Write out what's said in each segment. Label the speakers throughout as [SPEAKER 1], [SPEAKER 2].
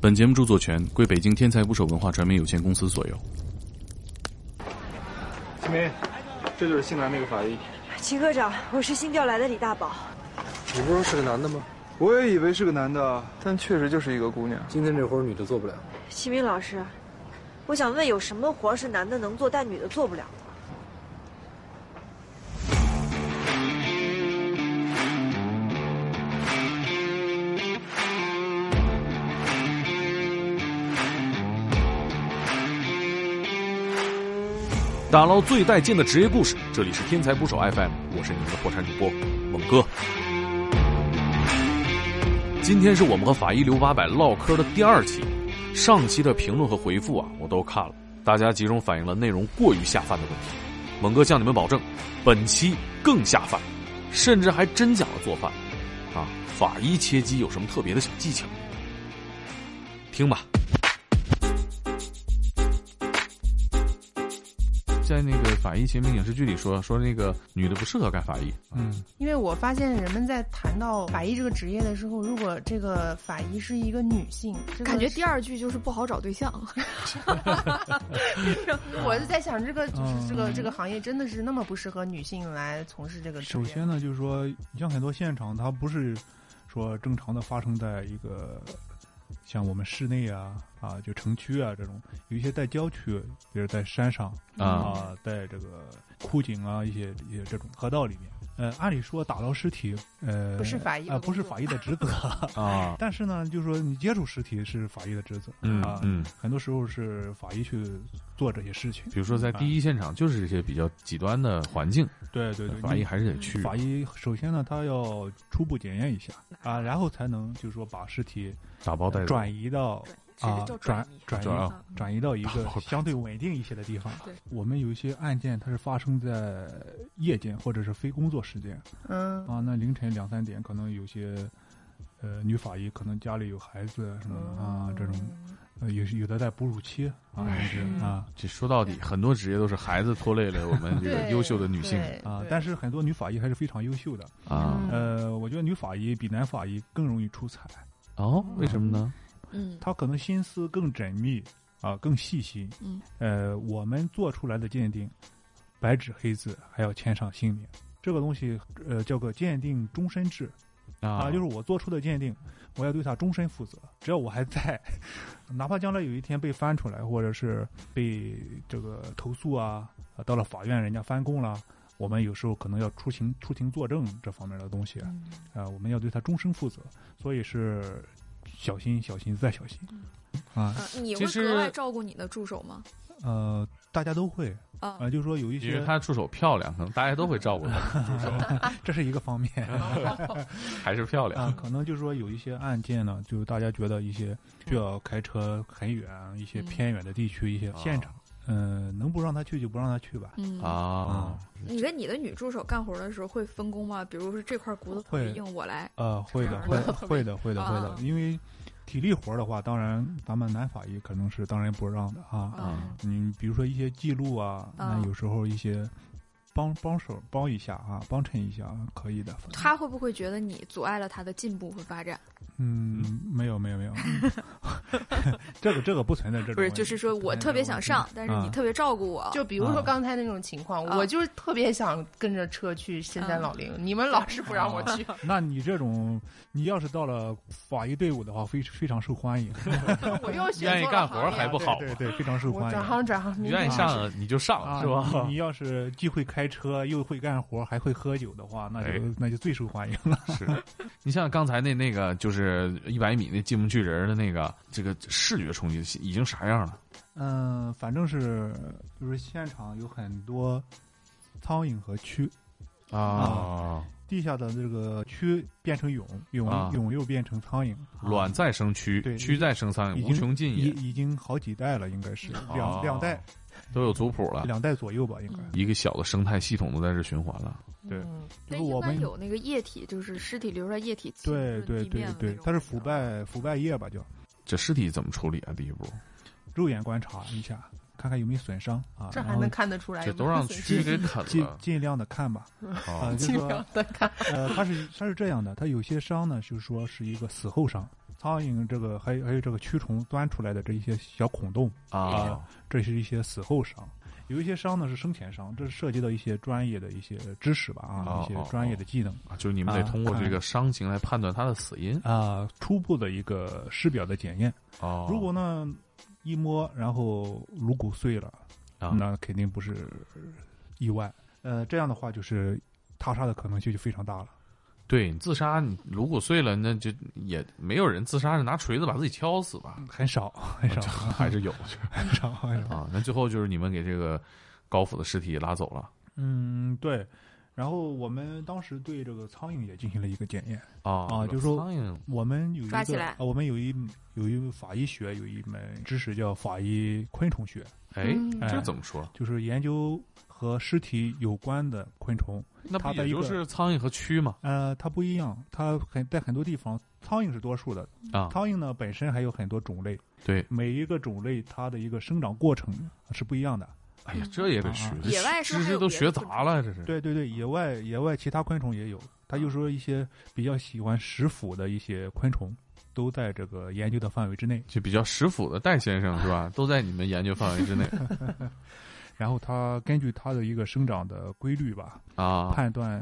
[SPEAKER 1] 本节目著作权归北京天才捕手文化传媒有限公司所有。
[SPEAKER 2] 青梅，这就是新来那个法医，
[SPEAKER 3] 齐科长，我是新调来的李大宝。
[SPEAKER 4] 你不是说是个男的吗？
[SPEAKER 2] 我也以为是个男的，啊但确实就是一个姑娘。
[SPEAKER 4] 今天这活儿女的做不了。
[SPEAKER 3] 齐明老师，我想问，有什么活儿是男的能做但女的做不了的？
[SPEAKER 1] 打捞最带劲的职业故事，这里是天才捕手 FM，我是你们的火山主播猛哥。今天是我们和法医刘八百唠嗑的第二期，上期的评论和回复啊，我都看了，大家集中反映了内容过于下饭的问题。猛哥向你们保证，本期更下饭，甚至还真讲了做饭。啊，法医切鸡有什么特别的小技巧？听吧。在那个法医秦明影视剧里说说那个女的不适合干法医，
[SPEAKER 2] 嗯，
[SPEAKER 5] 因为我发现人们在谈到法医这个职业的时候，如果这个法医是一个女性，这个
[SPEAKER 6] 感觉第二句就是不好找对 象，
[SPEAKER 5] 我是在想，这
[SPEAKER 1] 嗯
[SPEAKER 5] 个就是这个、这个行业真的是那么不适合女性来从事这个职
[SPEAKER 7] 首
[SPEAKER 5] 业？
[SPEAKER 7] 先呢，就是说，你像很多现场，它不是说正常的发生在一个像我们室内啊啊就城区啊这种，有一些在郊区，比如在山上
[SPEAKER 1] 啊
[SPEAKER 7] 啊，在这个枯井啊一些一些这种河道里面。呃，按理说打捞尸体，呃，
[SPEAKER 5] 不是法医
[SPEAKER 7] 啊、
[SPEAKER 5] 的
[SPEAKER 7] 不是
[SPEAKER 5] 工作
[SPEAKER 7] 法医的职责，
[SPEAKER 1] 啊，
[SPEAKER 7] 但是呢，就是说你接触尸体是法医的职责
[SPEAKER 1] 嗯
[SPEAKER 7] 啊，
[SPEAKER 1] 嗯，
[SPEAKER 7] 很多时候是法医去做这些事情。
[SPEAKER 1] 比如说在第一现场就是这些比较极端的环境，
[SPEAKER 7] 对对对，
[SPEAKER 1] 法医还是得去。
[SPEAKER 7] 呃嗯法医首先呢，他要初步检验一下啊，然后才能就是说把尸体
[SPEAKER 1] 打包带走，
[SPEAKER 7] 转移到
[SPEAKER 6] 转移
[SPEAKER 7] 啊
[SPEAKER 6] 这个叫
[SPEAKER 7] 转
[SPEAKER 6] 转移
[SPEAKER 7] 转
[SPEAKER 1] 转
[SPEAKER 7] 移嗯
[SPEAKER 1] 啊
[SPEAKER 7] 转移到一
[SPEAKER 1] 打
[SPEAKER 7] 个
[SPEAKER 1] 包带
[SPEAKER 7] 相对稳定一些的地方
[SPEAKER 6] 对。
[SPEAKER 7] 我们有一些案件，它是发生在夜间或者是非工作时间
[SPEAKER 5] 嗯，
[SPEAKER 7] 啊，那凌晨两三点，可能有些呃女法医可能家里有孩子什么
[SPEAKER 5] 哦
[SPEAKER 1] 嗯
[SPEAKER 7] 的啊，这种呃有有的在哺乳期啊，甚至啊。
[SPEAKER 1] 这说到底，很多职业都是孩子拖累了我们这个
[SPEAKER 5] 对
[SPEAKER 1] 优秀的女性
[SPEAKER 5] 对嗯
[SPEAKER 7] 啊，
[SPEAKER 5] 对
[SPEAKER 7] 但是很多女法医还是非常优秀的。
[SPEAKER 1] 啊。
[SPEAKER 7] 呃，我觉得女法医比男法医更容易出彩。
[SPEAKER 1] 哦，为什么呢？
[SPEAKER 6] 嗯，
[SPEAKER 7] 他可能心思更缜密啊，更细心。
[SPEAKER 6] 嗯，
[SPEAKER 7] 呃，我们做出来的鉴定，白纸黑字还要签上姓名，这个东西呃叫个鉴定终身制啊，就是我做出的鉴定，我要对它终身负责，只要我还在， 哪怕将来有一天被翻出来，或者是被这个投诉啊，啊到了法院人家翻供了。我们有时候可能要出庭出庭作证这方面的东西，啊、我们要对它终身负责，所以是小心小心再小心。啊，
[SPEAKER 6] 啊你
[SPEAKER 1] 其
[SPEAKER 6] 会
[SPEAKER 1] 实
[SPEAKER 6] 格外照顾你的助手吗？
[SPEAKER 7] 呃，大家都会，
[SPEAKER 6] 啊
[SPEAKER 7] 呃，就是说有一
[SPEAKER 1] 因为
[SPEAKER 7] 些，啊
[SPEAKER 1] 她出手漂亮，可能大家都会照顾她，
[SPEAKER 7] 这是一个方面
[SPEAKER 1] 还是漂
[SPEAKER 7] 啊
[SPEAKER 1] 亮。，
[SPEAKER 7] 可能就是说有一些案件呢，就是大家觉得一些需要开车很远、一些
[SPEAKER 6] 嗯哦
[SPEAKER 7] 偏远的地区、一些
[SPEAKER 1] 啊
[SPEAKER 7] 现场，嗯、能不让他去就不让他去吧。
[SPEAKER 6] 嗯，
[SPEAKER 1] 啊，
[SPEAKER 6] 你跟你的女助手干活的时候会分工吗？比如说这块骨头特别
[SPEAKER 7] 会
[SPEAKER 6] 硬，我来。
[SPEAKER 7] 呃，会的，会的，会的，会的，会的
[SPEAKER 6] 啊，
[SPEAKER 7] 因为体力活儿的话，当然咱们男法医可能是当仁不让的
[SPEAKER 6] 哦
[SPEAKER 7] 啊。
[SPEAKER 1] 啊
[SPEAKER 7] 你比如说一些记录啊，
[SPEAKER 6] 啊
[SPEAKER 7] 那有时候一些帮帮手帮一下啊，帮衬一下可以的。
[SPEAKER 6] 他会不会觉得你阻碍了他的进步和发展？
[SPEAKER 7] 嗯，没有没有没有， 这个这个不存在这种
[SPEAKER 6] 不
[SPEAKER 7] 问
[SPEAKER 6] 是，
[SPEAKER 7] 题。
[SPEAKER 6] 就是说我特别想上，但是你
[SPEAKER 7] 啊
[SPEAKER 6] 特别照顾我。
[SPEAKER 5] 就比如
[SPEAKER 7] 啊
[SPEAKER 5] 说刚才那种情况，
[SPEAKER 6] 啊
[SPEAKER 5] 我就是特别想跟着车去深山老林，你们老是不让我
[SPEAKER 1] 啊哦
[SPEAKER 5] 去。
[SPEAKER 7] 那你这种，你要是到了法医队伍的话，非非常受欢迎，
[SPEAKER 5] 我 又选
[SPEAKER 1] 愿意
[SPEAKER 5] 错
[SPEAKER 1] 干
[SPEAKER 5] 了
[SPEAKER 1] 活
[SPEAKER 5] 行业
[SPEAKER 1] 还不好
[SPEAKER 7] 对对对，非常受
[SPEAKER 5] 我
[SPEAKER 7] 欢迎
[SPEAKER 5] 转。行转行，
[SPEAKER 1] 你愿意
[SPEAKER 5] 明白
[SPEAKER 1] 上啊你就上，
[SPEAKER 7] 嗯啊，
[SPEAKER 1] 是吧？
[SPEAKER 7] 你你要是既会开车又会干活，还会喝酒的话，那就、
[SPEAKER 1] 哎
[SPEAKER 7] 那就最受欢迎 了。
[SPEAKER 1] 是，你像刚才那那个，就是一百米那进不去人儿的那个，这个视觉冲击已经啥样了？
[SPEAKER 7] 嗯、反正是就是现场有很多苍蝇和蛆，啊，地下的这个蛆变成蛹，蛹、
[SPEAKER 1] 啊
[SPEAKER 7] 蛹又变成苍蝇，
[SPEAKER 1] 卵再生蛆，
[SPEAKER 7] 对
[SPEAKER 1] 蛆再生苍蝇，
[SPEAKER 7] 已经
[SPEAKER 1] 无穷尽
[SPEAKER 7] 已
[SPEAKER 1] 也，
[SPEAKER 7] 已经好几代了，应该是两、
[SPEAKER 1] 哦
[SPEAKER 7] 两代
[SPEAKER 1] 都有族谱了，
[SPEAKER 7] 两代左右吧，应该。
[SPEAKER 6] 嗯
[SPEAKER 1] 一个小的生态系统都在这循环了。
[SPEAKER 7] 对
[SPEAKER 5] 嗯
[SPEAKER 6] 那
[SPEAKER 7] 就是我
[SPEAKER 6] 应该
[SPEAKER 7] 们
[SPEAKER 6] 有那个液体，就是尸体留下液体浸
[SPEAKER 7] 对
[SPEAKER 6] 润
[SPEAKER 7] 对
[SPEAKER 6] 地
[SPEAKER 7] 对
[SPEAKER 6] 面的
[SPEAKER 7] 对
[SPEAKER 6] 那，种啊
[SPEAKER 7] 它是
[SPEAKER 6] 味
[SPEAKER 7] 腐
[SPEAKER 6] 道。
[SPEAKER 7] 败腐败液吧，就
[SPEAKER 1] 这尸体怎么处理啊？第一步，
[SPEAKER 7] 肉眼观察一下，看看有没有损伤啊，
[SPEAKER 5] 这还
[SPEAKER 7] 然后
[SPEAKER 5] 能看得出来？
[SPEAKER 1] 哎这都让蛆
[SPEAKER 5] 去
[SPEAKER 1] 给啃
[SPEAKER 7] 尽
[SPEAKER 1] 了。
[SPEAKER 7] 尽量的看吧。
[SPEAKER 1] 啊
[SPEAKER 7] 啊，就是
[SPEAKER 5] 尽
[SPEAKER 7] 说
[SPEAKER 5] 量的看。
[SPEAKER 7] 呃，它是它是这样的，它有些伤呢，就是说是一个死后伤，苍蝇这个还有还有这个蛆虫钻出来的这一些小孔洞，
[SPEAKER 1] 啊
[SPEAKER 7] 啊，这是一些死后伤。有一些伤呢是生前伤，这涉及到一些专业的一些知识吧啊，
[SPEAKER 1] 哦
[SPEAKER 7] 一些
[SPEAKER 1] 哦
[SPEAKER 7] 专业的技能
[SPEAKER 1] 啊就是你们得
[SPEAKER 7] 啊
[SPEAKER 1] 通过这
[SPEAKER 7] 看
[SPEAKER 1] 个伤情来判断他的死因。
[SPEAKER 7] 啊，初步的一个尸表的检验。
[SPEAKER 1] 哦，
[SPEAKER 7] 如果呢一摸，然后颅骨碎了，
[SPEAKER 1] 啊
[SPEAKER 7] 那肯定不是意外。呃，这样的话就是他杀的可能性就非常大了。
[SPEAKER 1] 对你自杀，你颅骨碎了，那就也没有人自杀是拿锤子把自己敲死吧？啊
[SPEAKER 7] 很少，很少，
[SPEAKER 1] 还是有
[SPEAKER 7] 很少，很少。
[SPEAKER 1] 啊。那最后就是你们给这个高府的尸体拉走了
[SPEAKER 7] 嗯，对。然后我们当时对这个苍蝇也进行了一个检验。
[SPEAKER 1] 啊
[SPEAKER 7] 啊就是说
[SPEAKER 1] 苍蝇
[SPEAKER 7] 我们有一个
[SPEAKER 6] 抓起来
[SPEAKER 7] 啊我们有一有一法医学有一门知识叫法医昆虫学，
[SPEAKER 1] 哎，
[SPEAKER 6] 嗯
[SPEAKER 7] 哎
[SPEAKER 1] 这怎么说？
[SPEAKER 7] 就是研究和尸体有关的昆虫。
[SPEAKER 1] 那不
[SPEAKER 7] 它的
[SPEAKER 1] 也
[SPEAKER 7] 一
[SPEAKER 1] 就
[SPEAKER 7] 个
[SPEAKER 1] 是苍蝇和蛆嘛？
[SPEAKER 7] 呃，它不一样，它很在很多地方，苍蝇是多数的。
[SPEAKER 1] 啊，
[SPEAKER 7] 苍蝇呢本身还有很多种类，
[SPEAKER 1] 对，
[SPEAKER 7] 每一个种类它的一个生长过程是不一样的。
[SPEAKER 1] 哎呀，这也得
[SPEAKER 7] 啊
[SPEAKER 1] 学，
[SPEAKER 6] 野外是
[SPEAKER 1] 知
[SPEAKER 6] 不是还
[SPEAKER 1] 识
[SPEAKER 6] 有
[SPEAKER 1] 都
[SPEAKER 6] 别
[SPEAKER 1] 学
[SPEAKER 6] 的
[SPEAKER 1] 杂了，这是。
[SPEAKER 7] 对对对，野外野外其他昆虫也有，它就说一些比较喜欢食腐的一些昆虫，都在这个研究的范围之内。
[SPEAKER 1] 就比较食腐的戴先生是吧？都在你们研究范围 之内
[SPEAKER 7] 然后它根据它的一个生长的规律吧，
[SPEAKER 1] 啊
[SPEAKER 7] 判断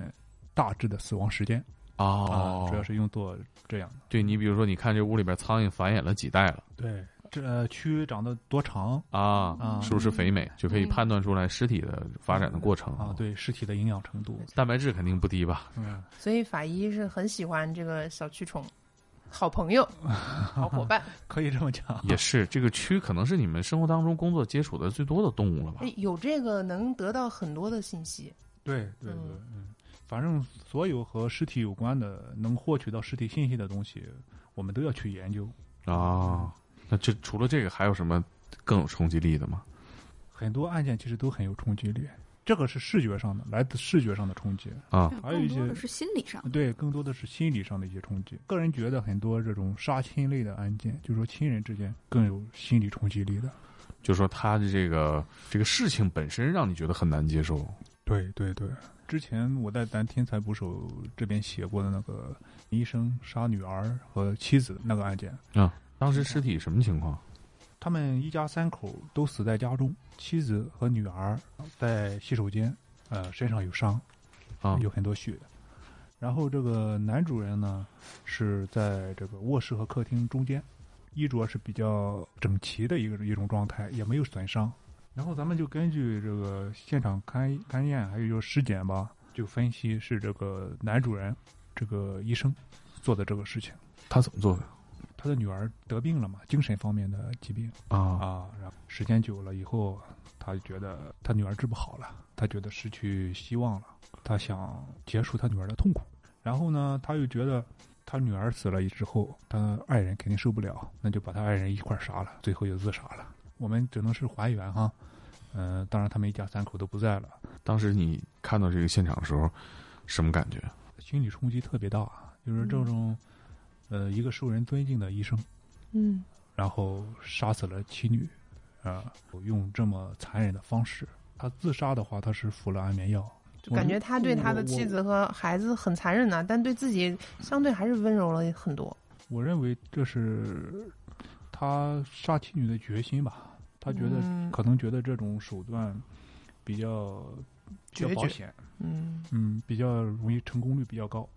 [SPEAKER 7] 大致的死亡时间
[SPEAKER 1] 哦
[SPEAKER 7] 啊，主要是用作这样的。
[SPEAKER 1] 对你比如说，你看这屋里边苍蝇繁衍了几代了
[SPEAKER 7] 对，这呃蛆长得多长
[SPEAKER 1] 啊，
[SPEAKER 7] 啊
[SPEAKER 1] 是不是肥美，就可以
[SPEAKER 6] 嗯
[SPEAKER 1] 判断出来尸体的发展的过程
[SPEAKER 7] 啊？，对，尸体的营养程度，
[SPEAKER 1] 蛋白质肯定不低吧？
[SPEAKER 7] 嗯，
[SPEAKER 5] 所以法医是很喜欢这个小蛆虫，好朋友，好伙伴。
[SPEAKER 7] 可以这么讲。
[SPEAKER 1] 也是，这个蛆可能是你们生活当中工作接触的最多的动物了吧
[SPEAKER 5] 哎？有这个能得到很多的信息。
[SPEAKER 7] 对对对，
[SPEAKER 5] 嗯
[SPEAKER 7] 嗯，反正所有和尸体有关的，能获取到尸体信息的东西，我们都要去研究。
[SPEAKER 1] 啊，那这除了这个还有什么更有冲击力的吗？
[SPEAKER 7] 很多案件其实都很有冲击力，这个是视觉上的，来自视觉上的冲击。
[SPEAKER 1] 啊
[SPEAKER 7] 还有一
[SPEAKER 6] 更多
[SPEAKER 7] 些嗯
[SPEAKER 6] 的是心理上的，
[SPEAKER 7] 对，更多的是心理上的一些冲击。个人觉得很多这种杀亲类的案件，就是说亲人之间更有心理冲击力的。
[SPEAKER 1] 就说他的这个这个事情本身让你觉得很难接受
[SPEAKER 7] 对对对，之前我在咱天才捕手这边写过的那个医生杀女儿和妻子那个案件，
[SPEAKER 1] 啊。当时尸体什么情况？
[SPEAKER 7] 他们一家三口都死在家中，妻子和女儿在洗手间，呃，身上有伤，
[SPEAKER 1] 啊
[SPEAKER 7] 有很多血。然后这个男主人呢是在这个卧室和客厅中间，衣着是比较整齐的一个一种状态，也没有损伤。然后咱们就根据这个现场勘勘验，还有就是尸检吧，就分析是这个男主人这个医生做的这个事情。
[SPEAKER 1] 他怎么做的
[SPEAKER 7] 他的女儿得病了嘛，精神方面的疾病。
[SPEAKER 1] 啊？
[SPEAKER 7] 啊，然后时间久了以后，他就觉得他女儿治不好了，他觉得失去希望了，他想结束他女儿的痛苦。然后呢，他又觉得他女儿死了之后，他爱人肯定受不了，那就把他爱人一块儿杀了，最后又自杀了。我们只能是还原哈，嗯、当然他们一家三口都不在了，
[SPEAKER 1] 当时你看到这个现场的时候，什么感觉？
[SPEAKER 7] 心理冲击特别大，就是这种，呃，一个受人尊敬的医生，
[SPEAKER 5] 嗯，
[SPEAKER 7] 然后杀死了妻女，啊、用这么残忍的方式。他自杀的话，他是服了安眠药，
[SPEAKER 5] 就感觉他对他的妻子和孩子很残忍呐、啊但对自己相对还是温柔了很多。
[SPEAKER 7] 我。我认为这是他杀妻女的决心吧。他觉得、
[SPEAKER 5] 嗯
[SPEAKER 7] 可能觉得这种手段比较比
[SPEAKER 5] 决
[SPEAKER 7] 较
[SPEAKER 5] 绝
[SPEAKER 7] 保险，
[SPEAKER 5] 嗯，
[SPEAKER 7] 嗯，比较容易成功率比较高。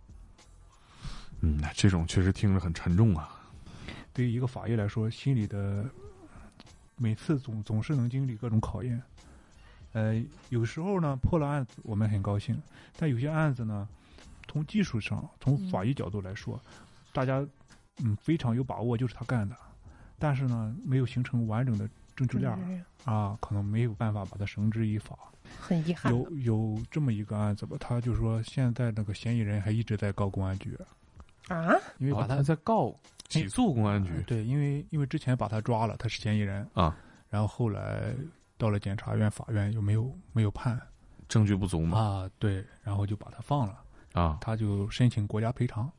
[SPEAKER 1] 嗯，那这种确实听着很沉重啊。
[SPEAKER 7] 对于一个法医来说，心里的每次总总是能经历各种考验。呃，有时候呢破了案子，我们很高兴；但有些案子呢，从技术上，从法医角度来说，大家嗯非常有把握就是他干的，但是呢没有形成完整的证据链儿啊，可能没有办法把他绳之以法。
[SPEAKER 5] 很遗憾的
[SPEAKER 7] 有有这么一个案子吧，他就说现在那个嫌疑人还一直在告公安局，
[SPEAKER 5] 啊，
[SPEAKER 7] 因为把
[SPEAKER 1] 啊
[SPEAKER 7] 他
[SPEAKER 1] 他在告起诉公安局
[SPEAKER 7] 嗯对，因为因为之前把他抓了，他是嫌疑人
[SPEAKER 1] 啊，
[SPEAKER 7] 然后后来到了检察院、法院又没有没有判
[SPEAKER 1] 证据不足嘛
[SPEAKER 7] 啊，对，然后就把他放了，
[SPEAKER 1] 啊，
[SPEAKER 7] 他就申请国家赔偿。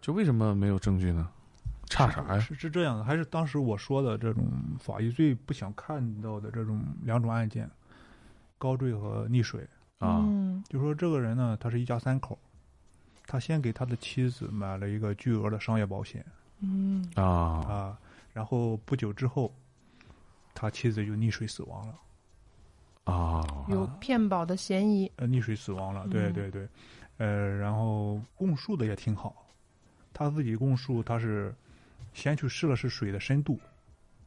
[SPEAKER 1] 就为什么没有证据呢？差啥呀？
[SPEAKER 7] 是是这样的，还是当时我说的这种法医最不想看到的这种两种案件，高坠和溺水。
[SPEAKER 1] 啊，
[SPEAKER 5] 嗯，
[SPEAKER 7] 就说这个人呢，他是一家三口，他先给他的妻子买了一个巨额的商业保险，
[SPEAKER 5] 嗯，
[SPEAKER 1] 啊，
[SPEAKER 7] 啊。然后不久之后，他妻子就溺水死亡了，
[SPEAKER 1] 啊，
[SPEAKER 5] 有骗保的嫌疑。
[SPEAKER 7] 呃，溺水死亡了。对
[SPEAKER 5] 嗯
[SPEAKER 7] 对对，呃，然后供述的也挺好，他自己供述他是先去试了试水的深度，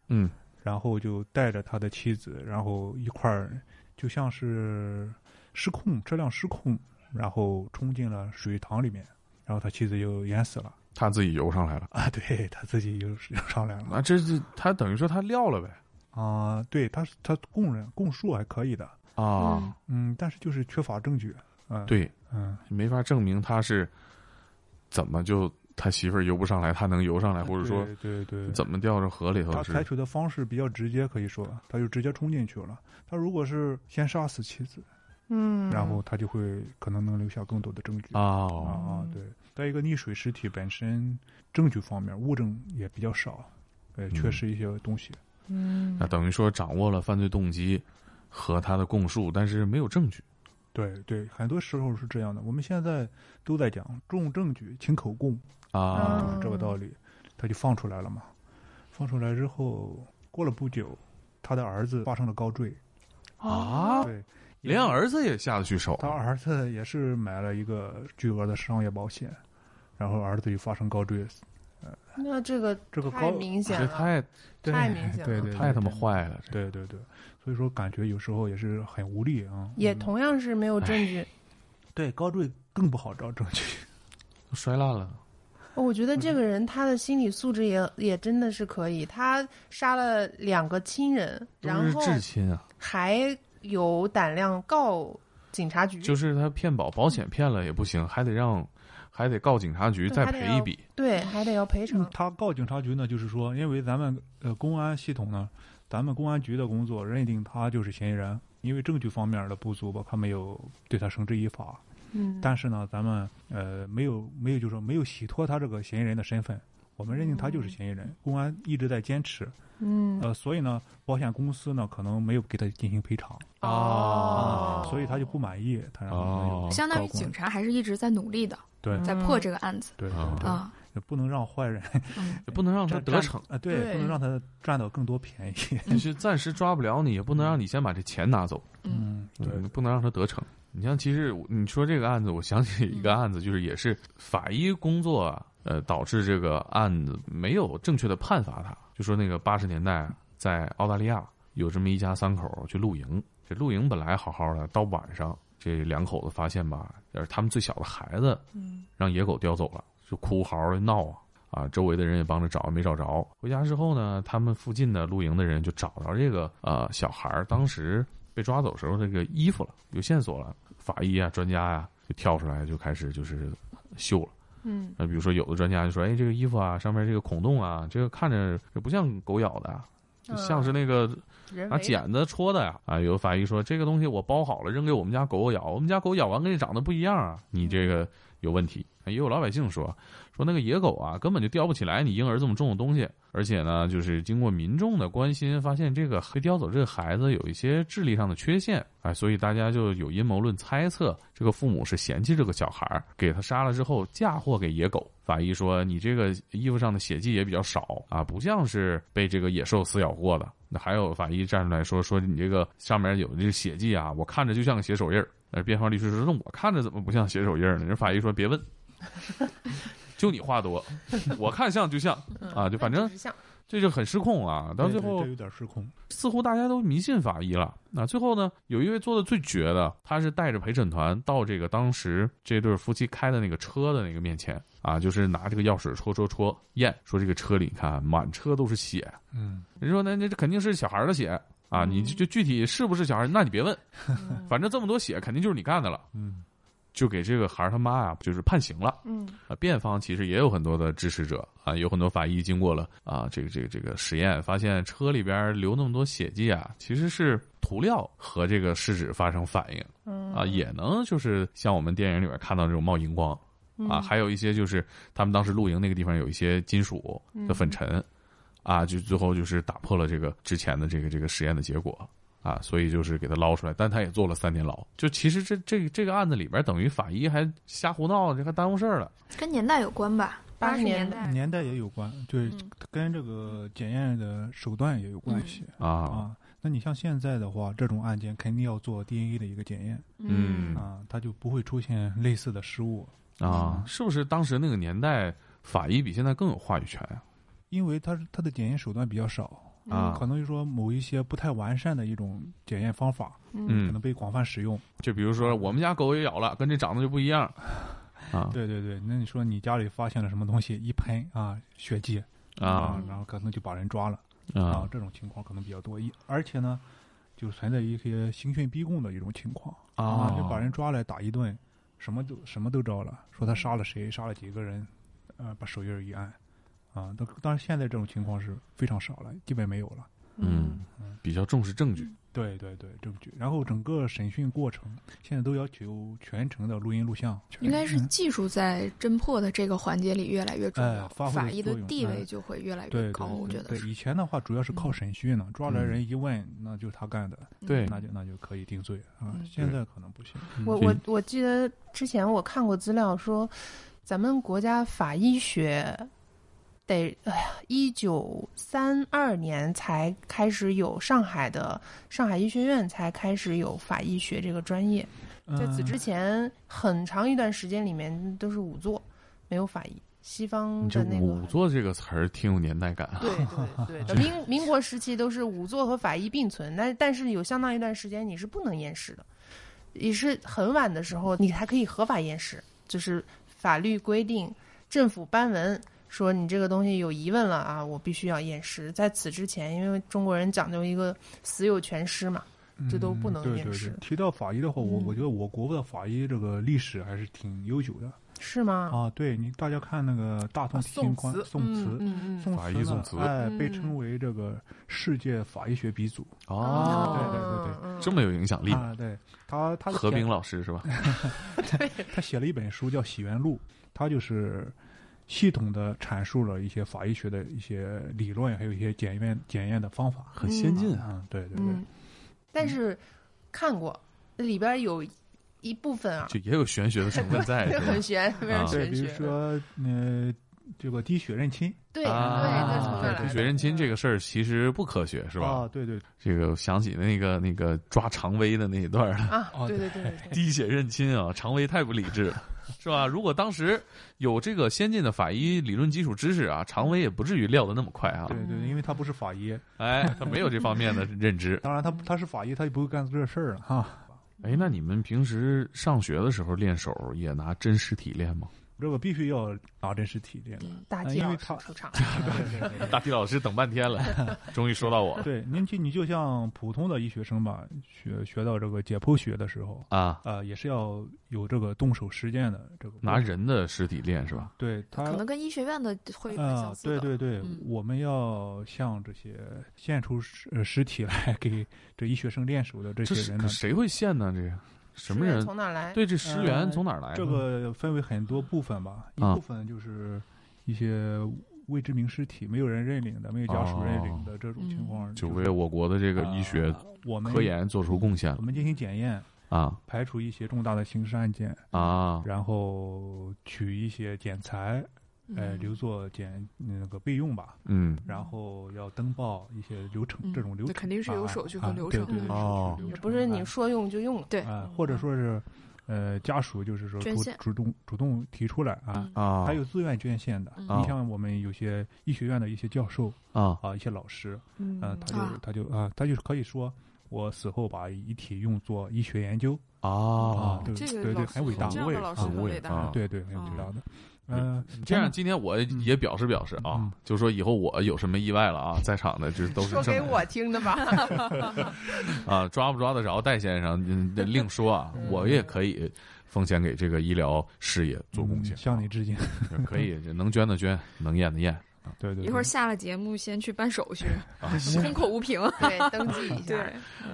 [SPEAKER 1] 嗯，
[SPEAKER 7] 然后就带着他的妻子，然后一块儿就像是失控，车辆失控，然后冲进了水塘里面，然后他妻子就淹死了
[SPEAKER 1] 他自己游上来了，
[SPEAKER 7] 啊！对他自己又又上来了
[SPEAKER 1] 那啊这是他等于说他撂了呗，
[SPEAKER 7] 啊、对，他是他供认供述还可以的，
[SPEAKER 1] 啊，
[SPEAKER 7] 嗯，但是就是缺乏证据，嗯，，
[SPEAKER 1] 对，
[SPEAKER 7] 嗯，
[SPEAKER 1] 没法证明他是怎么就他媳妇儿游不上来，他能游上来，哎或者说
[SPEAKER 7] 对对对，
[SPEAKER 1] 怎么掉到河里头
[SPEAKER 7] 他
[SPEAKER 1] 是
[SPEAKER 7] 采取的方式比较直接，可以说他就直接冲进去了。他如果是先杀死妻子，
[SPEAKER 5] 嗯，
[SPEAKER 7] 然后他就会可能能留下更多的证据
[SPEAKER 1] 啊
[SPEAKER 7] 啊啊，对。再一个，溺水尸体本身证据方面物证也比较少，呃，缺失一些东西。
[SPEAKER 5] 嗯
[SPEAKER 1] 那，等于说掌握了犯罪动机和他的供述，但是没有证据。
[SPEAKER 7] 对对，很多时候是这样的。我们现在都在讲重证据轻口供，
[SPEAKER 1] 啊
[SPEAKER 5] 嗯
[SPEAKER 7] 就是这个道理。他就放出来了嘛，放出来之后，过了不久，他的儿子发生了高坠，
[SPEAKER 5] 嗯
[SPEAKER 1] 啊！
[SPEAKER 5] 哦
[SPEAKER 7] 对，
[SPEAKER 1] 连儿子也下得去手
[SPEAKER 7] 他儿子也是买了一个巨额的商业保险，然后儿子就发生高坠，
[SPEAKER 5] 那这个
[SPEAKER 7] 这个
[SPEAKER 5] 太
[SPEAKER 7] 高
[SPEAKER 5] 明显
[SPEAKER 1] 这
[SPEAKER 5] 了，
[SPEAKER 1] 太
[SPEAKER 7] 对
[SPEAKER 5] 太明显了
[SPEAKER 7] 对对对
[SPEAKER 1] 太他妈，坏了！这
[SPEAKER 7] 对对对，所以说感觉有时候也是很无力啊。
[SPEAKER 5] 也
[SPEAKER 7] 嗯
[SPEAKER 5] 同样是没有证据。
[SPEAKER 7] 对高坠更不好找证据，
[SPEAKER 1] 摔烂了，
[SPEAKER 5] 哦我觉得这个
[SPEAKER 1] 嗯
[SPEAKER 5] 人他的心理素质也也真的是可以，他杀了两个亲人，
[SPEAKER 1] 都
[SPEAKER 5] 然
[SPEAKER 1] 是
[SPEAKER 5] 后
[SPEAKER 1] 至亲啊！
[SPEAKER 5] 还有胆量告警察局，
[SPEAKER 1] 就是他骗保，保险骗了也不行，还得让，还得告警察局
[SPEAKER 5] 对
[SPEAKER 1] 再
[SPEAKER 5] 还得
[SPEAKER 1] 赔一
[SPEAKER 5] 要
[SPEAKER 1] 笔
[SPEAKER 5] 对，还得要赔偿。
[SPEAKER 7] 他告警察局呢，就是说，因为咱们呃公安系统呢，咱们公安局的工作认定他就是嫌疑人，因为证据方面的不足吧，他没有对他绳之以法。
[SPEAKER 5] 嗯，
[SPEAKER 7] 但是呢，咱们呃没有没有就是说没有洗脱他这个嫌疑人的身份，我们认定他就是嫌疑人。公安一直在坚持，
[SPEAKER 5] 嗯
[SPEAKER 7] 呃，所以呢，保险公司呢可能没有给他进行赔偿，
[SPEAKER 1] 啊
[SPEAKER 7] 啊
[SPEAKER 5] 哦
[SPEAKER 7] 所以他就不满意，他
[SPEAKER 5] 嗯
[SPEAKER 7] 然后呢
[SPEAKER 1] 哦
[SPEAKER 7] 就
[SPEAKER 6] 相当于
[SPEAKER 7] 告公安
[SPEAKER 6] 警察还是一直在努力的，
[SPEAKER 1] 嗯
[SPEAKER 7] 对
[SPEAKER 6] 在破这个案子
[SPEAKER 7] 对
[SPEAKER 1] 啊
[SPEAKER 7] 对对，
[SPEAKER 6] 啊。
[SPEAKER 7] 也不能让坏人
[SPEAKER 6] 嗯，
[SPEAKER 1] 也不能让他
[SPEAKER 7] 占
[SPEAKER 1] 得逞。
[SPEAKER 7] 啊，对，
[SPEAKER 5] 对
[SPEAKER 7] 不能让他占到更多便宜。
[SPEAKER 1] 就是暂时抓不了你，也不能让你先把这钱拿走，
[SPEAKER 7] 嗯，对，
[SPEAKER 1] 嗯不能让他得逞。你像，其实我你说这个案子，我想起一个案子，就是也是法医工作啊，呃，导致这个案子没有正确的判罚他。就说那个八十年代在澳大利亚有这么一家三口去露营，这露营本来好好的，到晚上这两口子发现吧，就是他们最小的孩子
[SPEAKER 6] 嗯
[SPEAKER 1] 让野狗叼走了，就哭嚎的闹啊啊！周围的人也帮着找，没找着。回家之后呢，他们附近的露营的人就找到这个呃小孩儿当时被抓走时候这个衣服了，有线索了。法医啊、专家呀、就跳出来就开始就是嗅了。
[SPEAKER 5] 嗯
[SPEAKER 1] 那比如说有的专家就说：“哎，这个衣服啊上面这个孔洞啊，这个看着也不像狗咬的啊，
[SPEAKER 5] 嗯
[SPEAKER 1] 就像是那个
[SPEAKER 5] 人
[SPEAKER 1] 拿
[SPEAKER 5] 为
[SPEAKER 1] 剪子戳的呀！啊，有的法医说这个东西我包好了，扔给我们家狗狗咬，我们家狗咬完跟你长得不一样啊，你这个有问题。也有老百姓说，说那个野狗啊根本就叼不起来你婴儿这么重的东西，而且呢，就是经过民众的关心，发现这个被叼走这个孩子有一些智力上的缺陷，哎，所以大家就有阴谋论猜测，这个父母是嫌弃这个小孩儿，给他杀了之后嫁祸给野狗。法医说，你这个衣服上的血迹也比较少啊，不像是被这个野兽撕咬过的。那还有法医站出来说，说你这个上面有这个血迹啊，我看着就像个血手印儿。那辩方律师说，那我看着怎么不像血手印儿呢？人法医说，别问。就你话多，我看像就像啊，就反正
[SPEAKER 5] 指向
[SPEAKER 1] 这就很失控啊。到
[SPEAKER 7] 对
[SPEAKER 1] 最
[SPEAKER 7] 对
[SPEAKER 1] 后
[SPEAKER 7] 这有点失控。
[SPEAKER 1] 似乎大家都迷信法医了。那最后呢，有一位做的最绝的，他是带着陪审团到这个当时这对夫妻开的那个车的那个面前啊，就是拿这个钥匙戳戳戳验，说这个车里你看满车都是血。
[SPEAKER 7] 嗯，
[SPEAKER 1] 人说那那这肯定是小孩的血啊，你就就具体是不是小孩，那你别问，反正这么多血肯定就是你干的了。
[SPEAKER 7] 嗯，
[SPEAKER 1] 就给这个孩儿他妈呀，就是判刑了。
[SPEAKER 5] 嗯
[SPEAKER 1] 啊，辩方其实也有很多的支持者啊，有很多法医经过了啊，这个这个这个实验，发现车里边留那么多血迹啊，其实是涂料和这个试纸发生反应
[SPEAKER 5] 嗯
[SPEAKER 1] 啊，也能就是像我们电影里边看到这种冒荧光啊，
[SPEAKER 5] 嗯
[SPEAKER 1] 还有一些就是他们当时露营那个地方有一些金属的粉尘
[SPEAKER 5] 嗯
[SPEAKER 1] 啊，就最后就是打破了这个之前的这个这个实验的结果。啊，所以就是给他捞出来，但他也坐了三年牢。就其实这这这个案子里边，等于法医还瞎胡闹，这还耽误事儿了。
[SPEAKER 6] 跟年代有关吧？
[SPEAKER 5] 八
[SPEAKER 6] 八
[SPEAKER 5] 十
[SPEAKER 6] 十
[SPEAKER 5] 年
[SPEAKER 6] 年
[SPEAKER 5] 代
[SPEAKER 6] 代，
[SPEAKER 7] 年代也有关，对，
[SPEAKER 6] 哎嗯
[SPEAKER 7] 跟这个检验的手段也有关系、
[SPEAKER 1] 啊，
[SPEAKER 7] 啊。那你像现在的话，这种案件肯定要做 DNA 的一个检验
[SPEAKER 1] 嗯
[SPEAKER 7] 啊，它就不会出现类似的失误，
[SPEAKER 1] 啊，是不是当时那个年代法医比现在更有话语权啊？
[SPEAKER 7] 因为它是它的检验手段比较少，
[SPEAKER 1] 啊
[SPEAKER 7] 可能就说某一些不太完善的一种检验方法，可能
[SPEAKER 1] 嗯，
[SPEAKER 7] 被广泛使用。
[SPEAKER 1] 就比如说我们家狗也咬了，跟这长得就不一样啊
[SPEAKER 7] 对对对，那你说你家里发现了什么东西，一喷啊，血迹
[SPEAKER 1] 啊
[SPEAKER 7] 然后可能就把人抓了
[SPEAKER 1] 啊！
[SPEAKER 7] 这种情况可能比较多。一而且呢，就存在一些刑讯逼供的一种情况
[SPEAKER 1] 啊
[SPEAKER 7] 就把人抓来打一顿，什么都什么都招了，说他杀了谁，杀了几个人，呃，把手印儿一按，啊，当当然现在这种情况是非常少了，基本没有了。
[SPEAKER 1] 嗯，比较重视证据
[SPEAKER 7] 对对对，证据。然后整个审讯过程现在都要求全程的录音录像，全
[SPEAKER 6] 应该是
[SPEAKER 7] 嗯
[SPEAKER 6] 技术在侦破的这个环节里越来越重要，
[SPEAKER 7] 哎发挥
[SPEAKER 6] 法
[SPEAKER 7] 的
[SPEAKER 6] 医的
[SPEAKER 7] 作用
[SPEAKER 6] 地
[SPEAKER 7] 哎
[SPEAKER 6] 位就会越来
[SPEAKER 7] 对
[SPEAKER 6] 越
[SPEAKER 7] 对
[SPEAKER 6] 高，我觉得
[SPEAKER 7] 对
[SPEAKER 6] 是。
[SPEAKER 7] 以前的话主要是靠审讯呢，抓来
[SPEAKER 1] 嗯
[SPEAKER 7] 人一问，那就是他干的，
[SPEAKER 1] 对
[SPEAKER 7] 嗯那就那就可以定罪啊。
[SPEAKER 6] 嗯
[SPEAKER 7] 现在可能不行，
[SPEAKER 5] 我
[SPEAKER 1] 所
[SPEAKER 5] 我
[SPEAKER 1] 以
[SPEAKER 5] 我记得之前我看过资料说，咱们国家法医学得哎呀，一九三二年才开始有上海的上海医学院才开始有法医学这个专业，
[SPEAKER 1] 嗯
[SPEAKER 5] 在此之前很长一段时间里面都是仵作，没有法医。西方
[SPEAKER 1] 你这
[SPEAKER 5] 的嗯那个
[SPEAKER 1] 仵作这个词儿挺有年代感啊。
[SPEAKER 5] 对对对的，民民国时期都是仵作和法医并存，但但是有相当一段时间你是不能验尸的，也是很晚的时候你才可以合法验尸，就是法律规定，政府颁文说你这个东西有疑问了啊，我必须要验尸。在此之前，因为中国人讲究一个死有全尸嘛，这都不能
[SPEAKER 7] 嗯
[SPEAKER 5] 嗯
[SPEAKER 7] 对
[SPEAKER 5] 掩
[SPEAKER 7] 对
[SPEAKER 5] 饰
[SPEAKER 7] 对。提到法医的话，我我觉得我国的法医这个历史还是挺悠久的
[SPEAKER 5] 是吗？
[SPEAKER 7] 啊。对你大家看那个大
[SPEAKER 5] 嗯啊
[SPEAKER 7] 宋提刑官
[SPEAKER 5] 词，
[SPEAKER 7] 宋
[SPEAKER 5] 嗯
[SPEAKER 7] 慈，
[SPEAKER 5] 嗯嗯，
[SPEAKER 7] 宋
[SPEAKER 1] 法
[SPEAKER 7] 慈
[SPEAKER 1] 医
[SPEAKER 7] 呢
[SPEAKER 1] 宋慈
[SPEAKER 7] 哎，被
[SPEAKER 5] 嗯
[SPEAKER 7] 称为这个世界法医学鼻祖
[SPEAKER 1] 哦，
[SPEAKER 7] 对对对对
[SPEAKER 5] 对
[SPEAKER 1] 这么有影响力，
[SPEAKER 7] 啊。对他，哎他
[SPEAKER 1] 何
[SPEAKER 7] 写
[SPEAKER 1] 冰老师是吧？
[SPEAKER 7] 他写了一本书叫《洗冤录》，他就是系统的阐述了一些法医学的一些理论，还有一些检验检验的方法。
[SPEAKER 1] 很先进啊！
[SPEAKER 7] 嗯，对对对，
[SPEAKER 5] 嗯，但是看过里边有一部分啊，
[SPEAKER 1] 就也有玄学的成分在，
[SPEAKER 5] 这
[SPEAKER 1] 是吧
[SPEAKER 5] 很玄，非
[SPEAKER 1] 啊
[SPEAKER 5] 常
[SPEAKER 7] 对，
[SPEAKER 5] 玄
[SPEAKER 7] 比如
[SPEAKER 5] 学。
[SPEAKER 7] 说呃，这个滴血认亲
[SPEAKER 5] 对对，
[SPEAKER 1] 啊
[SPEAKER 5] 那从这儿来
[SPEAKER 1] 对
[SPEAKER 5] 的。
[SPEAKER 1] 血认亲这个事儿其实不科学，是吧？
[SPEAKER 7] 啊，对对
[SPEAKER 1] 这个想起那个那个抓常威的那一段了，
[SPEAKER 5] 啊，
[SPEAKER 7] 哦
[SPEAKER 5] 对对对对对，
[SPEAKER 1] 滴血认亲啊，常威太不理智 了，是吧？如果当时有这个先进的法医理论基础知识啊，常威也不至于撂的那么快啊。
[SPEAKER 7] 对对，因为他不是法医，
[SPEAKER 1] 哎，他没有这方面的认知。
[SPEAKER 7] 当然他
[SPEAKER 5] 嗯
[SPEAKER 7] 他是法医，他就不会干这事儿了哈。
[SPEAKER 1] 哎，那你们平时上学的时候练手也拿真尸体练吗？
[SPEAKER 7] 这个必须要拿真实 体验的。
[SPEAKER 5] 大
[SPEAKER 7] 嗯
[SPEAKER 5] 吉
[SPEAKER 7] 因为
[SPEAKER 5] 老师
[SPEAKER 7] 他
[SPEAKER 5] 出场，
[SPEAKER 1] 大体老师等半天 了，终于说到我了
[SPEAKER 7] 对，您就你就像普通的医学生吧，学学到这个解剖学的时候，
[SPEAKER 1] 啊！
[SPEAKER 7] 啊，也是要有这个动手实践的这个过
[SPEAKER 1] 拿
[SPEAKER 7] 程
[SPEAKER 1] 人的尸体练是吧？
[SPEAKER 7] 对他
[SPEAKER 6] 可能跟医学院的会有点
[SPEAKER 7] 啊
[SPEAKER 6] 相，似
[SPEAKER 7] 对
[SPEAKER 6] 的。
[SPEAKER 7] 对对，
[SPEAKER 6] 嗯
[SPEAKER 7] 我们要向这些献出尸呃尸体来 给这医学生练手的这
[SPEAKER 1] 这
[SPEAKER 7] 些
[SPEAKER 1] 是
[SPEAKER 7] 人呢
[SPEAKER 1] 可，谁会献呢？这个什么
[SPEAKER 5] 是
[SPEAKER 1] 人？
[SPEAKER 5] 从哪儿来？
[SPEAKER 1] 对，这尸源
[SPEAKER 7] 呃
[SPEAKER 1] 从哪儿来呢？
[SPEAKER 7] 这个分为很多部分吧，一
[SPEAKER 1] 啊
[SPEAKER 7] 部分就是一些未知名尸体，没有人认领的，没有家属认领的这种情况，
[SPEAKER 1] 哦
[SPEAKER 6] 嗯
[SPEAKER 1] 就是为我国的这个医学
[SPEAKER 7] 啊我们
[SPEAKER 1] 科研做出贡献
[SPEAKER 7] 我
[SPEAKER 1] 了
[SPEAKER 7] 们进行检验，
[SPEAKER 1] 啊
[SPEAKER 7] 排除一些重大的刑事案件，
[SPEAKER 1] 啊！
[SPEAKER 7] 然后取一些检材，呃，
[SPEAKER 6] 嗯
[SPEAKER 7] 留作检那个备用吧。
[SPEAKER 1] 嗯，
[SPEAKER 7] 然后要登报一些流程，
[SPEAKER 6] 嗯
[SPEAKER 7] 这种流
[SPEAKER 6] 对
[SPEAKER 7] 程
[SPEAKER 6] 肯定是有
[SPEAKER 7] 啊
[SPEAKER 6] 手续
[SPEAKER 7] 啊
[SPEAKER 6] 和流
[SPEAKER 7] 对
[SPEAKER 6] 程
[SPEAKER 7] 对对
[SPEAKER 6] 的
[SPEAKER 1] 哦
[SPEAKER 7] 手续流程
[SPEAKER 5] 不是
[SPEAKER 7] 啊
[SPEAKER 5] 你说用就用了，
[SPEAKER 6] 对
[SPEAKER 7] 啊，
[SPEAKER 1] 嗯
[SPEAKER 7] 或者说是呃家属就是说
[SPEAKER 6] 捐
[SPEAKER 7] 主
[SPEAKER 6] 献
[SPEAKER 7] 主动主动提出来啊
[SPEAKER 6] 嗯，
[SPEAKER 1] 啊，
[SPEAKER 7] 还有自愿捐献的。
[SPEAKER 6] 嗯
[SPEAKER 1] 啊
[SPEAKER 7] 你像我们有些医学院的一些教授
[SPEAKER 1] 啊
[SPEAKER 7] 啊，一些老师，
[SPEAKER 5] 嗯
[SPEAKER 7] 嗯，他就
[SPEAKER 6] 啊
[SPEAKER 7] 他就啊，他就是可以说。我死后把遗体用作医学研究啊
[SPEAKER 1] 啊，
[SPEAKER 7] 对
[SPEAKER 6] 这个
[SPEAKER 7] 对对，
[SPEAKER 6] 老师
[SPEAKER 7] 很伟大
[SPEAKER 6] 这，样
[SPEAKER 1] 很
[SPEAKER 6] 的
[SPEAKER 1] 伟
[SPEAKER 6] 老师
[SPEAKER 1] 很
[SPEAKER 6] 很
[SPEAKER 1] 伟
[SPEAKER 6] 伟大
[SPEAKER 1] 啊
[SPEAKER 7] 啊对对，很伟大的。嗯，
[SPEAKER 1] 这样，今天我也表示表示啊
[SPEAKER 7] 嗯，
[SPEAKER 1] 就说以后我有什么意外了啊，在场的就是都是
[SPEAKER 5] 说
[SPEAKER 1] 证
[SPEAKER 5] 给
[SPEAKER 1] 人
[SPEAKER 5] 我听的吧。
[SPEAKER 1] 啊，抓不抓得着戴先生嗯得另说啊， 我也可以奉献给这个医疗事业做贡献啊
[SPEAKER 7] 嗯，向你致敬。
[SPEAKER 1] 可 以能捐的捐，能验的验
[SPEAKER 7] 对对，
[SPEAKER 6] 一会
[SPEAKER 7] 对
[SPEAKER 6] 儿下了节目，先去办手续，
[SPEAKER 1] 啊。
[SPEAKER 6] 空口无凭。
[SPEAKER 5] 对，登记一下
[SPEAKER 6] 对。，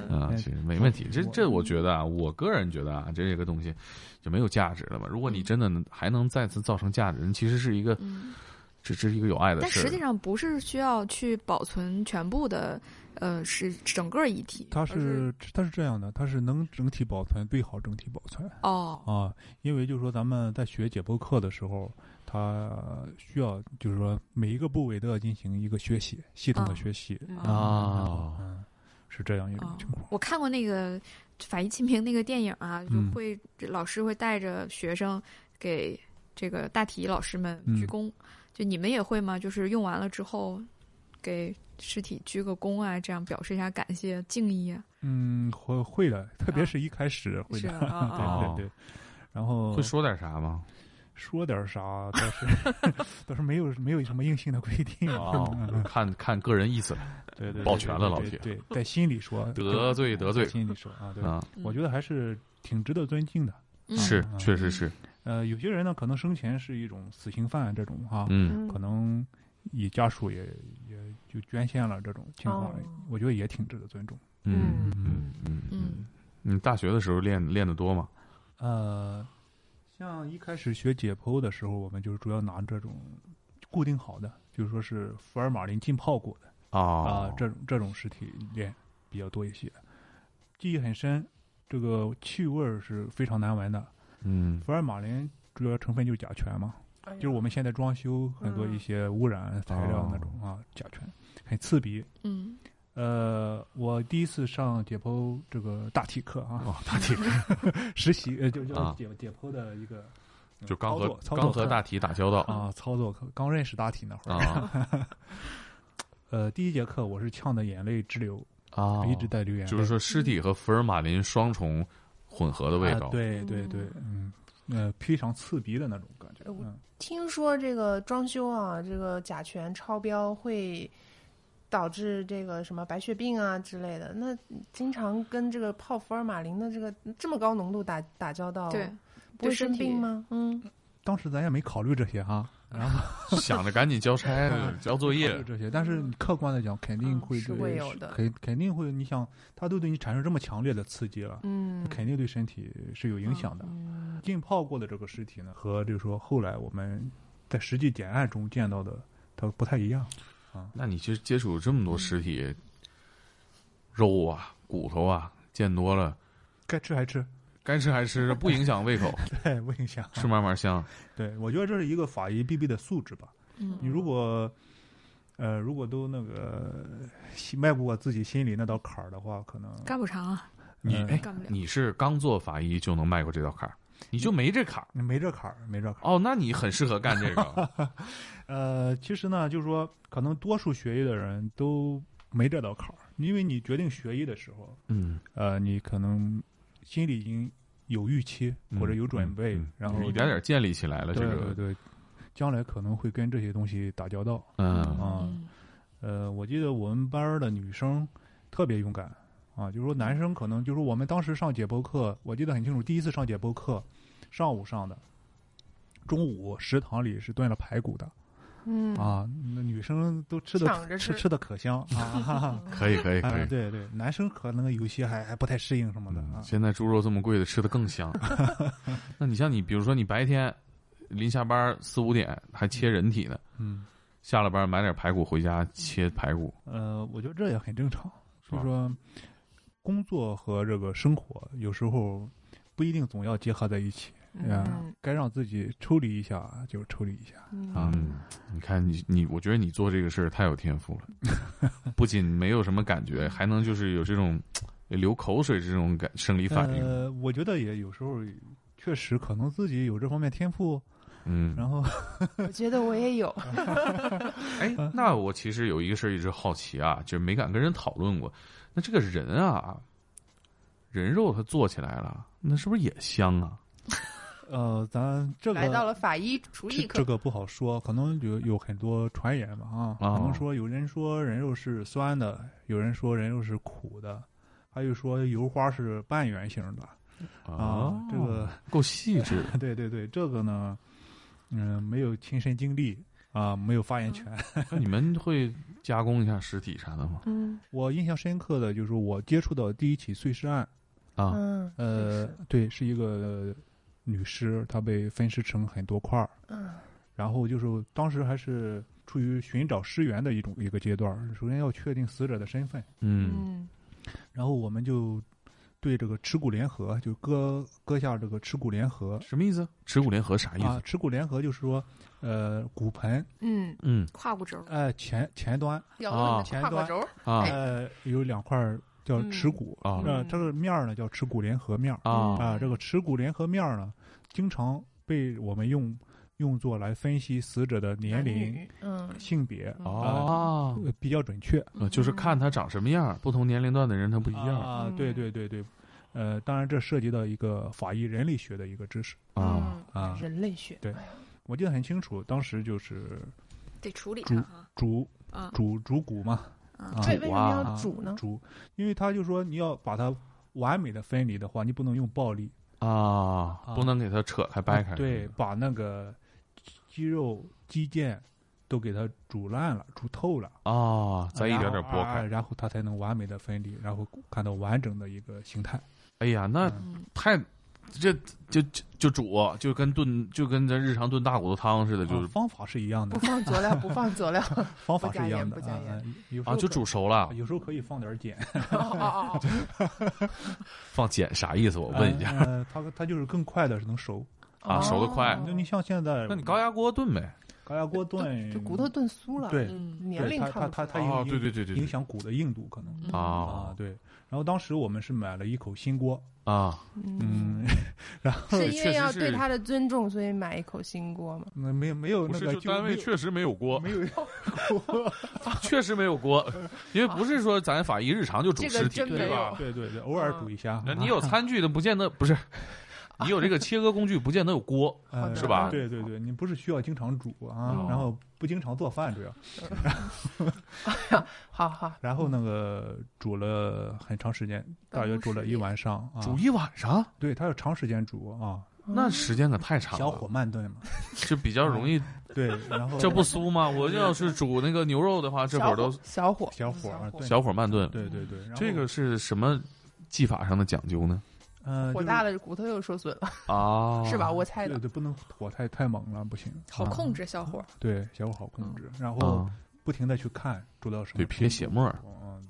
[SPEAKER 1] 啊，
[SPEAKER 7] 哎
[SPEAKER 1] 其实没问题。这
[SPEAKER 7] 我
[SPEAKER 1] 这，我觉得啊，我个人觉得啊，这个东西就没有价值了嘛。如果
[SPEAKER 7] 嗯
[SPEAKER 1] 你真的能还能再次造成价值，那其实是一个
[SPEAKER 6] 嗯，
[SPEAKER 1] 这这是一个有爱的
[SPEAKER 6] 但
[SPEAKER 1] 事儿。
[SPEAKER 6] 实际上不是需要去保存全部的，呃，是整个遗体。
[SPEAKER 7] 它
[SPEAKER 6] 而是
[SPEAKER 7] 是它是这样的，它是能整体保存，最好整体保存
[SPEAKER 6] 哦，
[SPEAKER 7] 啊，因为就是说咱们在学解剖课的时候，它需要就是说每一个部位都要进行一个学习，系统的
[SPEAKER 6] 嗯
[SPEAKER 7] 学习
[SPEAKER 6] 嗯
[SPEAKER 7] 嗯
[SPEAKER 1] 啊
[SPEAKER 7] 嗯，是这样一种
[SPEAKER 6] 哦
[SPEAKER 7] 情况。
[SPEAKER 6] 我看过那个《法医秦明》那个电影啊，就
[SPEAKER 7] 嗯
[SPEAKER 6] 会老师会带着学生给这个大体老师们鞠
[SPEAKER 7] 嗯
[SPEAKER 6] 躬，就你们也会吗？就是用完了之后给尸体鞠个躬啊，这样表示一下感谢、敬意啊。
[SPEAKER 7] 嗯，会会的，特别是一开始会
[SPEAKER 6] 是
[SPEAKER 7] 的，
[SPEAKER 6] 啊 啊
[SPEAKER 1] 啊
[SPEAKER 7] 对对对。然后
[SPEAKER 1] 会说点啥吗？
[SPEAKER 7] 说点啥倒是 倒是没有没有什么硬性的规定嗯
[SPEAKER 1] 啊，
[SPEAKER 7] 哦
[SPEAKER 1] 看看个人意思了
[SPEAKER 7] 对对，
[SPEAKER 1] 抱拳了老
[SPEAKER 7] 对
[SPEAKER 1] 铁
[SPEAKER 7] 对，对在心里说，
[SPEAKER 1] 得罪得罪
[SPEAKER 7] 在心里说啊，对，
[SPEAKER 1] 啊，
[SPEAKER 7] 我觉得还是挺值得尊敬的。
[SPEAKER 6] 嗯
[SPEAKER 1] 是
[SPEAKER 7] 嗯，
[SPEAKER 1] 确实是，
[SPEAKER 7] 呃，有些人呢，可能生前是一种死刑犯这种哈，
[SPEAKER 1] 嗯
[SPEAKER 7] 可能以家属也也就捐献了这种情况
[SPEAKER 5] 哦，
[SPEAKER 7] 我觉得也挺值得尊重。
[SPEAKER 1] 嗯
[SPEAKER 5] 嗯
[SPEAKER 1] 嗯嗯嗯
[SPEAKER 6] 嗯，
[SPEAKER 1] 你大学的时候练练的多吗？
[SPEAKER 7] 呃，像一开始学解剖的时候，我们就是主要拿这种固定好的，就是说是福尔马林浸泡过的啊、
[SPEAKER 1] 啊，
[SPEAKER 7] 这种这种尸体练比较多一些，记忆很深，这个气味儿是非常难闻的。
[SPEAKER 1] 嗯
[SPEAKER 7] 福尔马林主要成分就是甲醛嘛，
[SPEAKER 5] 哎
[SPEAKER 7] 就是我们现在装修很多一些
[SPEAKER 5] 嗯
[SPEAKER 7] 污染材料那种
[SPEAKER 1] 哦
[SPEAKER 7] 啊，甲醛很刺鼻。
[SPEAKER 6] 嗯，
[SPEAKER 7] 呃，我第一次上解剖这个大体课啊，
[SPEAKER 1] 哦，大体
[SPEAKER 7] 实习呃就
[SPEAKER 1] 啊
[SPEAKER 7] 叫解解剖的一个嗯
[SPEAKER 1] 就刚
[SPEAKER 7] 操
[SPEAKER 1] 和
[SPEAKER 7] 作操
[SPEAKER 1] 刚
[SPEAKER 7] 作
[SPEAKER 1] 和
[SPEAKER 7] 课
[SPEAKER 1] 大体打交道
[SPEAKER 7] 啊操作课，刚认识大体那会儿，
[SPEAKER 1] 啊
[SPEAKER 7] 呃，第一节课我是呛的眼泪直流，
[SPEAKER 1] 啊
[SPEAKER 7] 一直在流眼泪，
[SPEAKER 1] 就是说尸体和福尔马林双重混合的味道
[SPEAKER 7] 啊，对 对对，嗯，呃，非常刺鼻的那种感觉，
[SPEAKER 5] 呃我
[SPEAKER 7] 嗯，
[SPEAKER 5] 听说这个装修啊，这个甲醛超标会导致这个什么白血病啊之类的。那经常跟这个泡福尔马林的这个这么高浓度打打交道，
[SPEAKER 6] 对，，
[SPEAKER 5] 哦不会
[SPEAKER 6] 对身
[SPEAKER 5] 生病
[SPEAKER 6] 体
[SPEAKER 5] 吗？嗯，
[SPEAKER 7] 当时咱也没考虑这些哈，然后
[SPEAKER 1] 想着赶紧交差
[SPEAKER 7] 啊
[SPEAKER 1] 交作
[SPEAKER 7] 考
[SPEAKER 1] 业
[SPEAKER 7] 虑，这些，但是你客观的讲，肯定
[SPEAKER 5] 嗯
[SPEAKER 7] 会
[SPEAKER 5] 是
[SPEAKER 7] 对，
[SPEAKER 5] 会有的
[SPEAKER 7] 肯肯定会，你想，它都对你产生这么强烈的刺激了，
[SPEAKER 5] 嗯，
[SPEAKER 7] 肯定对身体是有影响的。浸泡过的这个尸体呢，和就是说后来我们在实际检案中见到的，它不太一样。
[SPEAKER 1] 那你其实接触这么多尸
[SPEAKER 7] 嗯
[SPEAKER 1] 体，肉啊、骨头啊，见多了，
[SPEAKER 7] 该吃还吃，
[SPEAKER 1] 该吃还吃，不影响胃口，
[SPEAKER 7] 对，问一下。
[SPEAKER 1] 吃嘛嘛香。
[SPEAKER 7] 对，我觉得这是一个法医必备的素质吧。
[SPEAKER 6] 嗯
[SPEAKER 7] 你如果呃，如果都那个呃心迈不过自己心里那道坎儿的话，可能
[SPEAKER 6] 干不长啊，
[SPEAKER 1] 你
[SPEAKER 7] 嗯
[SPEAKER 1] 哎
[SPEAKER 6] 干不了。
[SPEAKER 1] 你是刚做法医就能迈过这道坎儿，你就没这坎儿
[SPEAKER 7] 没这坎儿，没这坎儿。
[SPEAKER 1] 哦，那你很适合干这个
[SPEAKER 7] 呃，其实呢，就是说，可能多数学医的人都没这道坎儿，因为你决定学医的时候，
[SPEAKER 1] 嗯，
[SPEAKER 7] 呃，你可能心里已经有预期
[SPEAKER 1] 嗯，
[SPEAKER 7] 或者有准备，
[SPEAKER 1] 嗯嗯
[SPEAKER 7] 然后
[SPEAKER 1] 一点点建立起来了这
[SPEAKER 7] 对对
[SPEAKER 1] 个，
[SPEAKER 7] 对，将来可能会跟这些东西打交道
[SPEAKER 1] 嗯
[SPEAKER 7] 啊。
[SPEAKER 5] 哦
[SPEAKER 6] 嗯
[SPEAKER 7] 呃，我记得我们班儿的女生特别勇敢啊，就是说男生可能就是我们当时上解剖课，我记得很清楚，第一次上解剖课，上午上的，中午食堂里是炖了排骨的。
[SPEAKER 5] 嗯，
[SPEAKER 7] 啊，那女生都吃的
[SPEAKER 5] 抢着
[SPEAKER 7] 吃
[SPEAKER 5] 吃
[SPEAKER 7] 吃的 可香啊，哈哈
[SPEAKER 1] 可以可以可
[SPEAKER 7] 哎
[SPEAKER 1] 以。
[SPEAKER 7] 对对，男生可能有些还还不太适应什么的
[SPEAKER 1] 嗯
[SPEAKER 7] 啊，
[SPEAKER 1] 现在猪肉这么贵的，吃的更 香。那你像你，比如说你白天临下班四五点还切人体呢，
[SPEAKER 7] 嗯，
[SPEAKER 1] 下了班买点排骨回家切排骨，
[SPEAKER 7] 呃，我觉得这也很正常，
[SPEAKER 1] 是
[SPEAKER 7] 就
[SPEAKER 1] 吧
[SPEAKER 7] 是？说工作和这个生活有时候不一定总要结合在一起，啊
[SPEAKER 5] 嗯，
[SPEAKER 7] 该让自己抽离一下就抽离一下，
[SPEAKER 1] 啊，你看你你，我觉得你做这个事儿太有天赋了， 不仅没有什么感觉，还能就是有这种呃流口水这种感生理反应。
[SPEAKER 7] 呃，我觉得也有时候确实可能自己有这方面天赋，
[SPEAKER 1] 嗯，
[SPEAKER 7] 然后
[SPEAKER 5] 我觉得我也有，
[SPEAKER 1] 哎，那我其实有一个事儿一直好奇啊，就是没敢跟人讨论过。那这个人啊，人肉他做起来了，那是不是也香啊？
[SPEAKER 7] 呃，咱这个
[SPEAKER 5] 来到了法医厨
[SPEAKER 7] 这
[SPEAKER 5] 艺
[SPEAKER 7] 这
[SPEAKER 5] 课，
[SPEAKER 7] 个不好说，可能有有很多传言嘛啊，
[SPEAKER 1] 哦
[SPEAKER 7] 可能说有人说人肉是酸的，有人说人肉是苦的，还有说油花是半圆形的啊。
[SPEAKER 1] 哦
[SPEAKER 7] 这个，
[SPEAKER 1] 够细致。
[SPEAKER 7] 对对对，这个呢，嗯，没有亲身经历啊，没有发言权。
[SPEAKER 1] 那你们会加工一下尸体啥的吗？
[SPEAKER 5] 嗯
[SPEAKER 7] 我印象深刻的就是我接触到第一起碎尸案，
[SPEAKER 1] 啊，
[SPEAKER 5] 嗯
[SPEAKER 7] 呃
[SPEAKER 5] 碎，
[SPEAKER 7] 对，是一个呃女尸，她被分尸成很多块儿，
[SPEAKER 5] 嗯
[SPEAKER 7] 然后就是当时还是处于寻找尸源的一种一嗯个阶段，首先要确定死者的身份，
[SPEAKER 1] 嗯
[SPEAKER 5] 嗯
[SPEAKER 7] 然后我们就对这个持股联合就割割下这个持股联合
[SPEAKER 1] 什么意思？持股联合啥意思？
[SPEAKER 7] 啊，持股联合就是说，呃，骨盆
[SPEAKER 5] 嗯，
[SPEAKER 1] 嗯
[SPEAKER 6] 胯骨轴，
[SPEAKER 7] 呃前前端
[SPEAKER 5] 摇动
[SPEAKER 7] 前
[SPEAKER 5] 的胯
[SPEAKER 7] 端
[SPEAKER 5] 骨轴，
[SPEAKER 1] 啊
[SPEAKER 7] 呃有两块儿叫
[SPEAKER 5] 嗯
[SPEAKER 7] 持股
[SPEAKER 1] 啊
[SPEAKER 7] 那这个面儿呢叫持股联合面儿
[SPEAKER 1] 啊
[SPEAKER 7] 啊，这个持股联合面儿呢，经常被我们用用作来分析死者的年龄、
[SPEAKER 5] 女，嗯，
[SPEAKER 7] 性别，
[SPEAKER 1] 哦，
[SPEAKER 7] 呃比较准确。
[SPEAKER 1] 呃
[SPEAKER 6] 嗯
[SPEAKER 1] 就是看他长什么样，不同年龄段的人他不一样
[SPEAKER 7] 啊，
[SPEAKER 5] 嗯
[SPEAKER 7] 对对对对，呃，当然这涉及到一个法医人类学的一个知识
[SPEAKER 5] 嗯
[SPEAKER 1] 啊。
[SPEAKER 7] 啊。
[SPEAKER 5] 人类学，
[SPEAKER 7] 对我记得很清楚，当时就是
[SPEAKER 6] 得处理
[SPEAKER 7] 猪
[SPEAKER 6] 它啊，
[SPEAKER 7] 主
[SPEAKER 6] 啊
[SPEAKER 7] 主主骨嘛，
[SPEAKER 6] 啊
[SPEAKER 7] 啊
[SPEAKER 5] 为为什么
[SPEAKER 1] 啊
[SPEAKER 5] 要煮嗯呢？
[SPEAKER 7] 主，因为他就说你要把它完美的分离的话，你不能用暴力
[SPEAKER 1] 啊，不能给他扯开掰开。
[SPEAKER 7] 啊对，，把那个肌肉肌腱都给它煮烂了、煮透了。
[SPEAKER 1] 啊，再一点点
[SPEAKER 7] 然后
[SPEAKER 1] 剥
[SPEAKER 7] 啊
[SPEAKER 1] 开。
[SPEAKER 7] 然后它才能完美的分离，然后看到完整的一个形态。
[SPEAKER 1] 哎呀，那
[SPEAKER 7] 嗯
[SPEAKER 6] 嗯
[SPEAKER 1] 太这就就就煮，就跟炖就跟咱日常炖大骨头汤似的，就
[SPEAKER 7] 啊
[SPEAKER 1] 是
[SPEAKER 7] 方法是一样的
[SPEAKER 5] 不，放佐料，不放佐料，
[SPEAKER 7] 方法是一样的
[SPEAKER 5] 不加盐不加
[SPEAKER 7] 啊，哎有时
[SPEAKER 1] 啊
[SPEAKER 7] 候
[SPEAKER 1] 就
[SPEAKER 7] 可
[SPEAKER 1] 煮熟了，
[SPEAKER 7] 有时候可以放点碱，
[SPEAKER 5] 哦哦哦，
[SPEAKER 1] 放碱啥意思？我问一下
[SPEAKER 7] 呃，呃它它就是更快的是能熟。
[SPEAKER 1] 啊，
[SPEAKER 5] 哦
[SPEAKER 1] 熟的快。
[SPEAKER 7] 就你像现在，
[SPEAKER 1] 那你高压锅炖呗。
[SPEAKER 7] 高压锅炖
[SPEAKER 5] 就骨头炖酥了，
[SPEAKER 7] 对
[SPEAKER 6] 嗯
[SPEAKER 5] 年
[SPEAKER 7] 对
[SPEAKER 5] 龄
[SPEAKER 7] 它
[SPEAKER 5] 看不
[SPEAKER 7] 它
[SPEAKER 5] 出
[SPEAKER 7] 它
[SPEAKER 5] 来
[SPEAKER 7] 它
[SPEAKER 1] 哦
[SPEAKER 7] 影
[SPEAKER 1] 对对对对对
[SPEAKER 7] 影响骨的硬度可能
[SPEAKER 6] 嗯
[SPEAKER 1] 啊
[SPEAKER 7] 啊对。然后当时我们是买了一口新锅，
[SPEAKER 1] 啊，
[SPEAKER 5] 嗯，
[SPEAKER 7] 嗯，
[SPEAKER 5] 是因
[SPEAKER 1] 确
[SPEAKER 5] 为
[SPEAKER 1] 实
[SPEAKER 5] 要
[SPEAKER 1] 是
[SPEAKER 5] 对他的尊重，所以买一口新锅嘛。
[SPEAKER 7] 那没有没有
[SPEAKER 1] 不
[SPEAKER 7] 那
[SPEAKER 1] 是
[SPEAKER 7] 个
[SPEAKER 1] 就单位
[SPEAKER 7] 没有
[SPEAKER 1] 确实没有锅，
[SPEAKER 7] 没有
[SPEAKER 1] 确实没有锅，因为不是说咱法医日常就煮
[SPEAKER 5] 这个
[SPEAKER 1] 尸体
[SPEAKER 5] 真没
[SPEAKER 1] 对吧？嗯
[SPEAKER 5] 有
[SPEAKER 7] 对对对，偶尔煮一下
[SPEAKER 1] 那。你有餐具的，不见得不是；你有这个切割工具，不见得有锅
[SPEAKER 7] 呃
[SPEAKER 1] 是吧
[SPEAKER 7] 对对对，你不是需要经常煮啊
[SPEAKER 1] 嗯，
[SPEAKER 7] 然后不经常做饭主要，
[SPEAKER 5] 好好，
[SPEAKER 7] 然后那个煮了很长时间，大约煮了一晚上啊。
[SPEAKER 1] 煮一晚上，
[SPEAKER 7] 对，它要长时间煮啊，
[SPEAKER 1] 那时间可太长
[SPEAKER 7] 小火
[SPEAKER 1] 了，
[SPEAKER 7] 慢炖嘛。
[SPEAKER 1] 就比较容易。
[SPEAKER 7] 对，然后
[SPEAKER 1] 这不酥吗？我要是煮那个牛肉的话，这会儿都
[SPEAKER 5] 小火
[SPEAKER 7] 小火啊对
[SPEAKER 1] 小火慢炖。
[SPEAKER 7] 对对对，然后
[SPEAKER 1] 这个是什么技法上的讲究呢？
[SPEAKER 7] 呃，
[SPEAKER 5] 火
[SPEAKER 7] 就是
[SPEAKER 5] 大了，骨头又受损了，
[SPEAKER 1] 啊，
[SPEAKER 5] 是吧？？我猜
[SPEAKER 7] 对
[SPEAKER 5] 的。
[SPEAKER 7] 对，不能火太太猛了，不行。
[SPEAKER 6] 好控制小伙儿，
[SPEAKER 7] 对，小火好控制，然后
[SPEAKER 1] 啊，
[SPEAKER 7] 不停的去看煮到什么
[SPEAKER 1] 对，
[SPEAKER 7] 程度。
[SPEAKER 1] 撇血沫儿
[SPEAKER 7] 嗯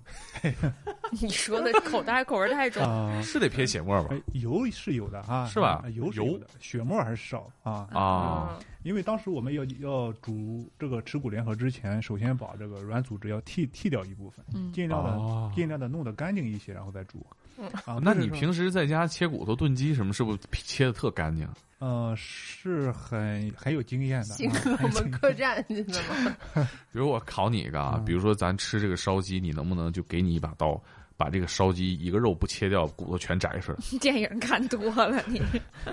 [SPEAKER 6] 你说的口袋口味太重，
[SPEAKER 7] 啊，
[SPEAKER 1] 是得撇血沫吧？
[SPEAKER 7] 哎油是有的啊，
[SPEAKER 1] 是吧
[SPEAKER 7] 啊油是
[SPEAKER 1] 油
[SPEAKER 7] 有的，血沫还是少啊。
[SPEAKER 1] 啊，
[SPEAKER 7] 因为当时我们要要煮这个持股联合之前，首先把这个软组织要剔剔掉一部分，
[SPEAKER 6] 嗯
[SPEAKER 7] 尽量的、
[SPEAKER 1] 哦
[SPEAKER 7] 尽量的弄得干净一些，然后再煮。
[SPEAKER 5] 嗯
[SPEAKER 7] 啊，
[SPEAKER 1] 那
[SPEAKER 7] 不是
[SPEAKER 1] 你
[SPEAKER 7] 说
[SPEAKER 1] 平时在家切骨头、炖鸡什么，是不是切的特干净？
[SPEAKER 7] 呃是很很有经验的，
[SPEAKER 5] 请
[SPEAKER 7] 啊
[SPEAKER 5] 我们客栈，你知道吗？
[SPEAKER 1] 比如我考你一个啊，
[SPEAKER 7] 嗯
[SPEAKER 1] 比如说咱吃这个烧鸡，你能不能就给你一把刀，把这个烧鸡一个肉不切掉，骨头全摘出来？
[SPEAKER 6] 电影看多了你，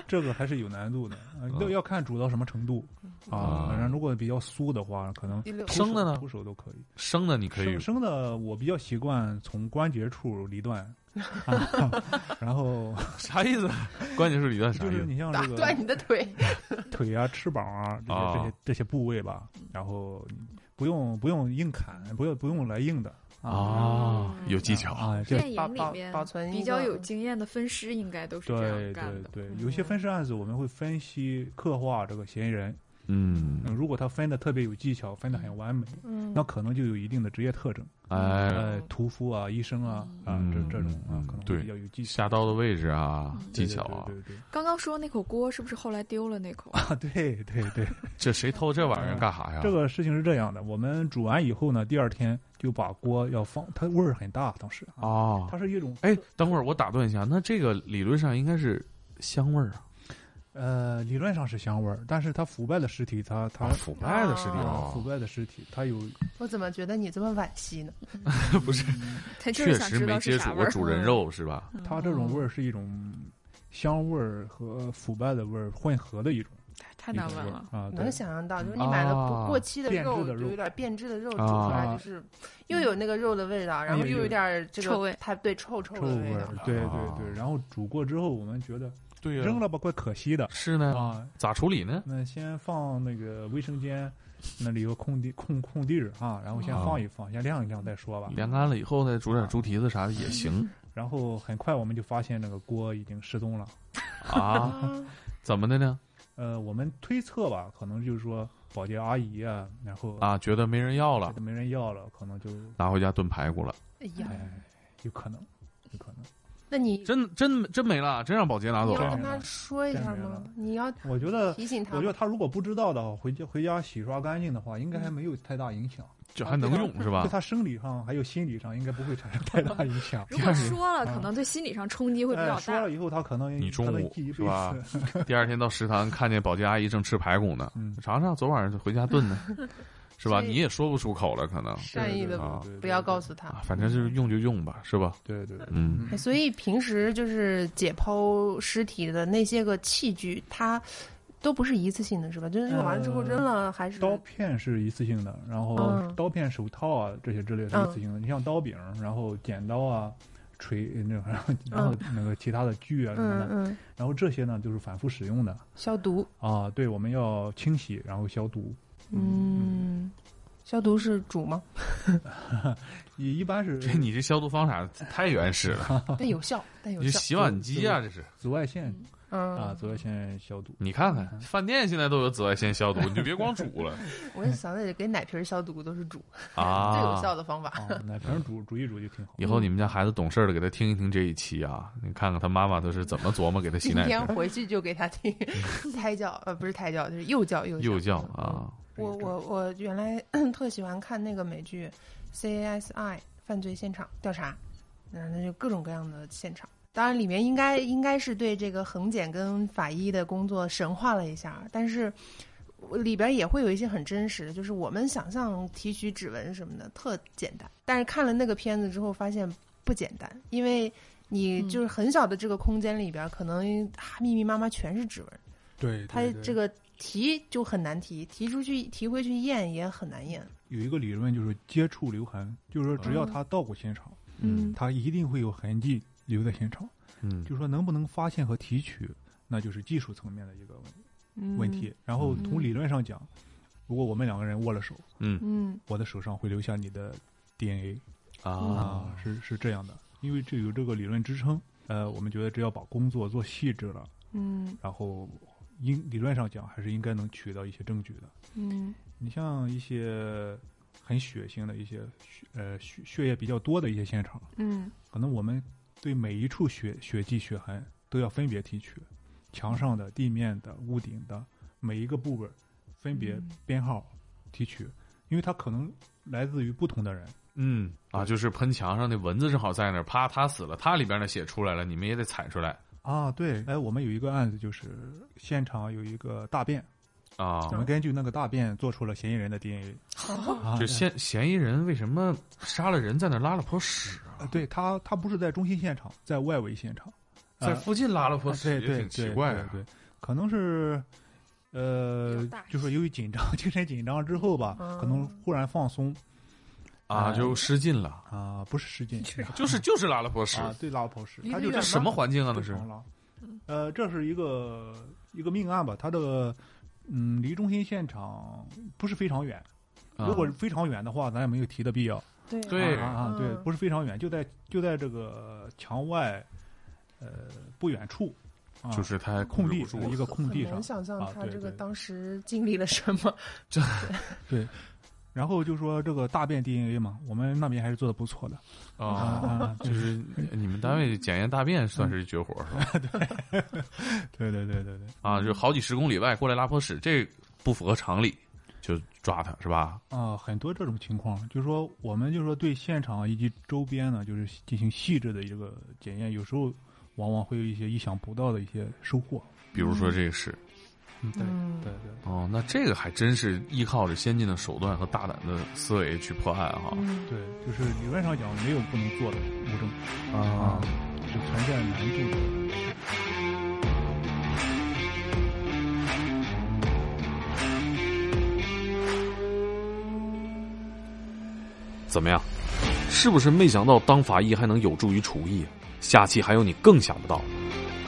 [SPEAKER 7] 这个还是有难度的，呃
[SPEAKER 1] 啊
[SPEAKER 7] 要、要看煮到什么程度啊。
[SPEAKER 1] 嗯
[SPEAKER 7] 然后如果比较酥的话，可能
[SPEAKER 5] 第六
[SPEAKER 7] 徒
[SPEAKER 1] 生的
[SPEAKER 7] 手
[SPEAKER 1] 呢
[SPEAKER 7] 徒手都可以。
[SPEAKER 1] 生的你可以
[SPEAKER 7] 生生的我比较习惯从关节处离断， 啊、然后
[SPEAKER 1] 啥意思？ 关键是里段啥
[SPEAKER 7] 就
[SPEAKER 1] 意
[SPEAKER 7] 是
[SPEAKER 1] 思？
[SPEAKER 7] 你像
[SPEAKER 5] 打
[SPEAKER 7] 这个
[SPEAKER 5] 断你的腿，
[SPEAKER 7] 腿啊、翅膀啊这些、
[SPEAKER 1] 啊
[SPEAKER 7] 这些这些部位吧，然后不用不用硬砍，不用不用来硬的
[SPEAKER 1] 啊，有技巧。
[SPEAKER 7] 啊，就
[SPEAKER 6] 电
[SPEAKER 5] 保
[SPEAKER 6] 影里
[SPEAKER 5] 保
[SPEAKER 6] 面
[SPEAKER 5] 保存
[SPEAKER 6] 比
[SPEAKER 5] 一
[SPEAKER 6] 较
[SPEAKER 5] 个
[SPEAKER 6] 有经验的分尸应该都是这
[SPEAKER 7] 对
[SPEAKER 6] 样
[SPEAKER 7] 对
[SPEAKER 6] 干的。嗯
[SPEAKER 7] 对，有些分尸案子我们会分析刻画这个嫌疑人，
[SPEAKER 1] 嗯，
[SPEAKER 7] 嗯，如果他分的特别有技巧，分的很完美，
[SPEAKER 5] 嗯
[SPEAKER 7] 那可能就有一定的职业特征，
[SPEAKER 1] 哎，
[SPEAKER 7] 呃，屠夫啊、医生啊啊
[SPEAKER 1] 嗯
[SPEAKER 7] 这这种啊
[SPEAKER 1] 嗯，
[SPEAKER 7] 可能
[SPEAKER 1] 对
[SPEAKER 7] 会比较有技巧
[SPEAKER 1] 下刀的位置啊，技
[SPEAKER 7] 对
[SPEAKER 1] 巧啊
[SPEAKER 7] 嗯对， 对对
[SPEAKER 6] 刚刚说那口锅是不是后来丢了那口？
[SPEAKER 7] 啊，对对对，
[SPEAKER 1] 这谁偷这玩意儿干啥哎呀？
[SPEAKER 7] 嗯这个事情是这样的，我们煮完以后呢，第二天就把锅要放，它味儿很大，当时啊，
[SPEAKER 1] 啊
[SPEAKER 7] 它，是一种
[SPEAKER 1] 哎，等会儿我打断一下，那这个理论上应该是香味儿啊，
[SPEAKER 7] 呃，理论上是香味儿，但是它腐败的尸体，它它
[SPEAKER 1] 啊腐败的尸体
[SPEAKER 7] 啊腐
[SPEAKER 1] 啊，
[SPEAKER 7] 败的尸体，它有
[SPEAKER 5] 我怎么觉得你这么惋惜呢？
[SPEAKER 1] 不是，
[SPEAKER 6] 他就
[SPEAKER 1] 确
[SPEAKER 6] 是想
[SPEAKER 1] 实
[SPEAKER 6] 知
[SPEAKER 1] 没
[SPEAKER 6] 道
[SPEAKER 1] 接
[SPEAKER 6] 是
[SPEAKER 1] 触
[SPEAKER 6] 啥味
[SPEAKER 1] 过
[SPEAKER 6] 儿。
[SPEAKER 1] 煮人肉是吧？
[SPEAKER 7] 它这种味儿是一种香味儿和腐败的味儿混合的一种
[SPEAKER 6] 太
[SPEAKER 7] 一
[SPEAKER 6] 难
[SPEAKER 7] 种
[SPEAKER 6] 闻
[SPEAKER 7] 味儿
[SPEAKER 6] 了。
[SPEAKER 7] 啊，对
[SPEAKER 5] 能想象到，就是你买了
[SPEAKER 1] 啊
[SPEAKER 5] 不过期的
[SPEAKER 7] 变质
[SPEAKER 5] 肉，
[SPEAKER 7] 的
[SPEAKER 5] 就
[SPEAKER 7] 肉
[SPEAKER 5] 有点变质的肉煮出来，
[SPEAKER 7] 啊哎
[SPEAKER 5] 就是又有那个肉的味道，然后又有点儿这个
[SPEAKER 6] 臭味
[SPEAKER 5] 它对臭臭
[SPEAKER 7] 臭
[SPEAKER 5] 的味
[SPEAKER 7] 味
[SPEAKER 5] 道
[SPEAKER 7] 儿，，对
[SPEAKER 1] 啊
[SPEAKER 7] 对对。然后煮过之后，我们觉得
[SPEAKER 1] 对
[SPEAKER 7] 扔了吧，怪可惜的
[SPEAKER 1] 是呢，
[SPEAKER 7] 啊。
[SPEAKER 1] 咋处理呢？
[SPEAKER 7] 那先放那个卫生间，那里有空地 空空地儿啊，然后先
[SPEAKER 1] 啊
[SPEAKER 7] 放一放，先晾一晾再说吧。啊
[SPEAKER 1] 晾干了以后再煮点猪蹄子啥的也行
[SPEAKER 7] 然后很快我们就发现那个锅已经失踪了。
[SPEAKER 1] 啊？怎么的呢？
[SPEAKER 7] 呃，我们推测吧，可能就是说保洁阿姨啊，然后
[SPEAKER 1] 啊，觉得没人要
[SPEAKER 7] 觉
[SPEAKER 1] 了，
[SPEAKER 7] 得没人要了，可能就
[SPEAKER 1] 拿回家炖排骨了。
[SPEAKER 5] 哎呀，
[SPEAKER 7] 哎，有可能，有可能。
[SPEAKER 5] 那你
[SPEAKER 1] 真真真没了，真让保洁拿走
[SPEAKER 5] 你要
[SPEAKER 1] 了
[SPEAKER 5] 跟。他说一下
[SPEAKER 7] 这样
[SPEAKER 5] 吗
[SPEAKER 7] 没了？
[SPEAKER 5] 你要
[SPEAKER 7] 我觉得，
[SPEAKER 5] 提醒
[SPEAKER 6] 啊
[SPEAKER 5] 他吗，
[SPEAKER 7] 我觉得他如果不知道的话，回家回家洗刷干净的话，应该还没有太大影响，
[SPEAKER 1] 这还
[SPEAKER 6] 啊
[SPEAKER 1] 能用是吧
[SPEAKER 7] 对？他生理上还有心理上应该不会产生太大影响。
[SPEAKER 6] 如果说了，
[SPEAKER 7] 啊
[SPEAKER 6] 可能对心理上冲击会比
[SPEAKER 7] 哎
[SPEAKER 6] 较
[SPEAKER 7] 说
[SPEAKER 6] 大。
[SPEAKER 7] 了以后，他可能
[SPEAKER 1] 你中
[SPEAKER 7] 可能
[SPEAKER 1] 午
[SPEAKER 7] 记一辈
[SPEAKER 1] 是
[SPEAKER 7] 嗯
[SPEAKER 1] 吧
[SPEAKER 7] 子？
[SPEAKER 1] 第二天到食堂看见保洁阿姨正吃排骨呢，
[SPEAKER 7] 嗯
[SPEAKER 1] 尝尝，昨晚回家炖的， 是吧？
[SPEAKER 5] 所以
[SPEAKER 1] 你也说不出口了，可能
[SPEAKER 5] 善意的
[SPEAKER 1] 啊
[SPEAKER 5] 不要告诉他
[SPEAKER 1] 啊，。反正就是用就用吧，是吧？
[SPEAKER 7] 对对对，
[SPEAKER 1] 嗯，
[SPEAKER 5] 哎所以平时就是解剖尸体的那些个器具，它都不是一次性的，是吧？就是用完了之后
[SPEAKER 7] 呃
[SPEAKER 5] 扔了，还是
[SPEAKER 7] 刀片是一次性的，然后
[SPEAKER 5] 嗯
[SPEAKER 7] 刀片、手套啊这些之类是一次性的。你像刀柄，然后剪刀啊、锤那个，然 后然后那个其他的锯啊什么
[SPEAKER 5] 嗯
[SPEAKER 7] 的，
[SPEAKER 5] 嗯
[SPEAKER 7] 然后这些呢就是反复使用的
[SPEAKER 5] 消毒，
[SPEAKER 7] 啊。对，我们要清洗，然后消毒。
[SPEAKER 5] 嗯，消毒是煮吗？
[SPEAKER 7] 你一般是
[SPEAKER 1] 这你这消毒方法太原始了，
[SPEAKER 5] 但有效，但有
[SPEAKER 1] 你这
[SPEAKER 5] 效，
[SPEAKER 1] 洗碗机啊，这是
[SPEAKER 7] 紫外线
[SPEAKER 5] 嗯
[SPEAKER 7] 啊，紫外线消毒。
[SPEAKER 1] 你看看，饭店现在都有紫外线消毒，你就别光煮 了
[SPEAKER 5] 我就想着给奶瓶消毒都是煮，
[SPEAKER 1] 啊！
[SPEAKER 5] 最有效的方法。
[SPEAKER 7] 啊，奶瓶煮煮一煮就挺好。
[SPEAKER 1] 以后你们家孩子懂事儿了，给他听一听这一期啊，你看看他妈妈都是怎么琢磨给他洗
[SPEAKER 5] 今
[SPEAKER 1] 奶
[SPEAKER 5] 天
[SPEAKER 1] 瓶，
[SPEAKER 5] 回去就给他听 胎教，呃，不是胎教，就是幼教，幼
[SPEAKER 1] 幼教啊，
[SPEAKER 5] 我我我原来 特喜欢看那个美剧《CSI 犯罪现场调查》，嗯，那就各种各样的现场。当然，里面应该应该是对这个横检跟法医的工作神化了一下，但是我里边也会有一些很真实的，就是我们想象提取指纹什么的特简单，但是看了那个片子之后发现不简单，因为你
[SPEAKER 6] 嗯
[SPEAKER 5] 就是很小的这个空间里边，可能啊密密麻麻全是指纹。
[SPEAKER 7] 对，
[SPEAKER 5] 他这
[SPEAKER 7] 个
[SPEAKER 5] 个提就很难提，提出去提回去验也很难验。
[SPEAKER 7] 有一个理论就是接触留痕，就是说只要他到过现场，
[SPEAKER 1] 嗯
[SPEAKER 7] 他一定会有痕迹留在现场。
[SPEAKER 1] 嗯
[SPEAKER 7] 就说能不能发现和提取，那就是技术层面的一个
[SPEAKER 5] 嗯
[SPEAKER 7] 问题。然后从理论上讲，如果我们两个人握了手，
[SPEAKER 1] 嗯
[SPEAKER 5] 嗯，
[SPEAKER 7] 我的手上会留下你的 DNA
[SPEAKER 1] 啊，
[SPEAKER 7] 是是这样的，因为这有这个理论支撑。呃，我们觉得只要把工作做细致了，
[SPEAKER 5] 嗯
[SPEAKER 7] 然后应理论上讲还是应该能取到一些证据的。
[SPEAKER 5] 嗯
[SPEAKER 7] 你像一些很血腥的一些血呃血血液比较多的一些现场，
[SPEAKER 5] 嗯
[SPEAKER 7] 可能我们对每一处血血迹、血痕都要分别提取，墙上的、地面的、屋顶的每一个部位分别编号提取，因为它可能来自于不同的人。
[SPEAKER 1] 嗯啊，就是喷墙上那蚊子正好在那儿，啪，它死了，它里边的血出来了，你们也得采出来
[SPEAKER 7] 啊，对，哎，我们有一个案子，就是现场有一个大便，
[SPEAKER 1] 啊
[SPEAKER 7] 我。们根据那个大便做出了嫌疑人的 DNA。啊
[SPEAKER 1] 就嫌嫌疑人为什么杀了人，在那儿拉了泡屎啊，
[SPEAKER 7] 呃对他，他不是在中心现场，在外围现场，
[SPEAKER 1] 在
[SPEAKER 7] 呃
[SPEAKER 1] 附近拉了泡
[SPEAKER 7] 对
[SPEAKER 1] 屎也
[SPEAKER 7] 对
[SPEAKER 1] 挺
[SPEAKER 7] 对
[SPEAKER 1] 奇怪
[SPEAKER 7] 对
[SPEAKER 1] 啊。
[SPEAKER 7] 对，可能是
[SPEAKER 6] 比
[SPEAKER 7] 呃
[SPEAKER 6] 较大，
[SPEAKER 7] 就说由于紧张、 精神紧张之后吧，可能忽然放松哎
[SPEAKER 1] 啊，就失禁了，
[SPEAKER 7] 啊，不是失禁
[SPEAKER 1] 就是就是拉了泡屎，
[SPEAKER 7] 啊，对拉泡屎，
[SPEAKER 5] 离
[SPEAKER 7] 他
[SPEAKER 5] 得
[SPEAKER 7] 就
[SPEAKER 5] 远
[SPEAKER 1] 这
[SPEAKER 7] 是
[SPEAKER 1] 什么环境啊？那
[SPEAKER 7] 正
[SPEAKER 1] 是
[SPEAKER 7] 常拉。呃，这是一个一个命案吧，他这个嗯，离中心现场不是非常远。
[SPEAKER 1] 啊
[SPEAKER 7] 如果是非常远的话，咱也没有提的必要。
[SPEAKER 5] 对
[SPEAKER 1] 对
[SPEAKER 7] 啊啊，对，
[SPEAKER 5] 嗯
[SPEAKER 7] 不是非常远，就在就在这个墙外，呃，不远处，啊、
[SPEAKER 1] 就是他控
[SPEAKER 7] 空
[SPEAKER 1] 制
[SPEAKER 7] 地
[SPEAKER 1] 不住
[SPEAKER 7] 一个空地
[SPEAKER 5] 很
[SPEAKER 7] 上
[SPEAKER 5] 难，想象
[SPEAKER 7] 啊
[SPEAKER 5] 他
[SPEAKER 7] 对
[SPEAKER 5] 这个
[SPEAKER 7] 对
[SPEAKER 5] 当时经历了什么。
[SPEAKER 7] 然后就说这个大便 DNA 嘛，我们那边还是做的不错的
[SPEAKER 1] 啊，
[SPEAKER 7] 啊，
[SPEAKER 1] 就
[SPEAKER 7] 对
[SPEAKER 1] 是你们单位检验大便算是绝活是吧？
[SPEAKER 7] 对对对对对，
[SPEAKER 1] 啊，就好几十公里外过来拉泡屎，这不符合常理，就抓他是吧？
[SPEAKER 7] 啊，很多这种情况，就是说我们就是说对现场以及周边呢，就是进行细致的一个检验，有时候往往会有一些意想不到的一些收获。
[SPEAKER 1] 比如说这个是
[SPEAKER 7] 嗯，对
[SPEAKER 5] 嗯
[SPEAKER 7] 对对，
[SPEAKER 1] 哦，那这个还真是依靠着先进的手段和大胆的思维去破案啊哈。
[SPEAKER 5] 嗯
[SPEAKER 7] 对，就是理论上讲没有不能做的物证啊，就存在难度的。
[SPEAKER 1] 怎么样？是不是没想到当法医还能有助于厨艺啊？下期还有你更想不到。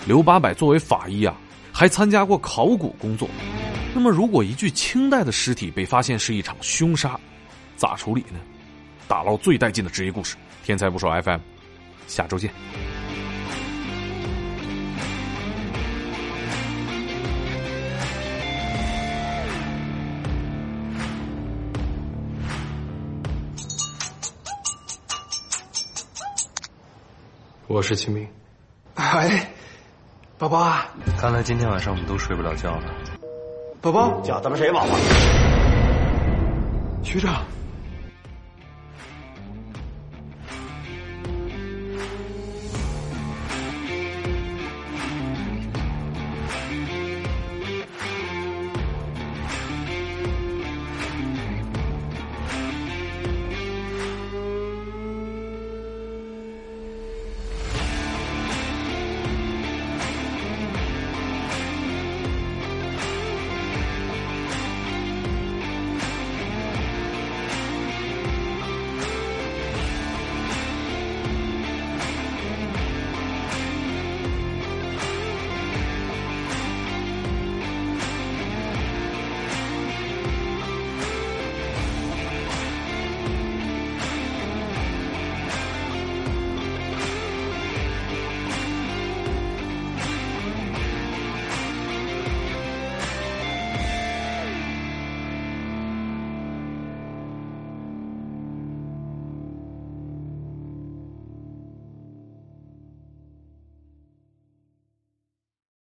[SPEAKER 1] 刘八百作为法医啊，还参加过考古工作。那么，如果一具清代的尸体被发现是一场凶杀，咋处理呢？打捞最带劲的职业故事，天才捕手 FM，下周见。
[SPEAKER 4] 我是秦明，
[SPEAKER 1] 哎，宝宝啊，
[SPEAKER 8] 看来今天晚上我们都睡不了觉了。
[SPEAKER 1] 宝宝，
[SPEAKER 9] 叫他们谁往我？
[SPEAKER 1] 学长，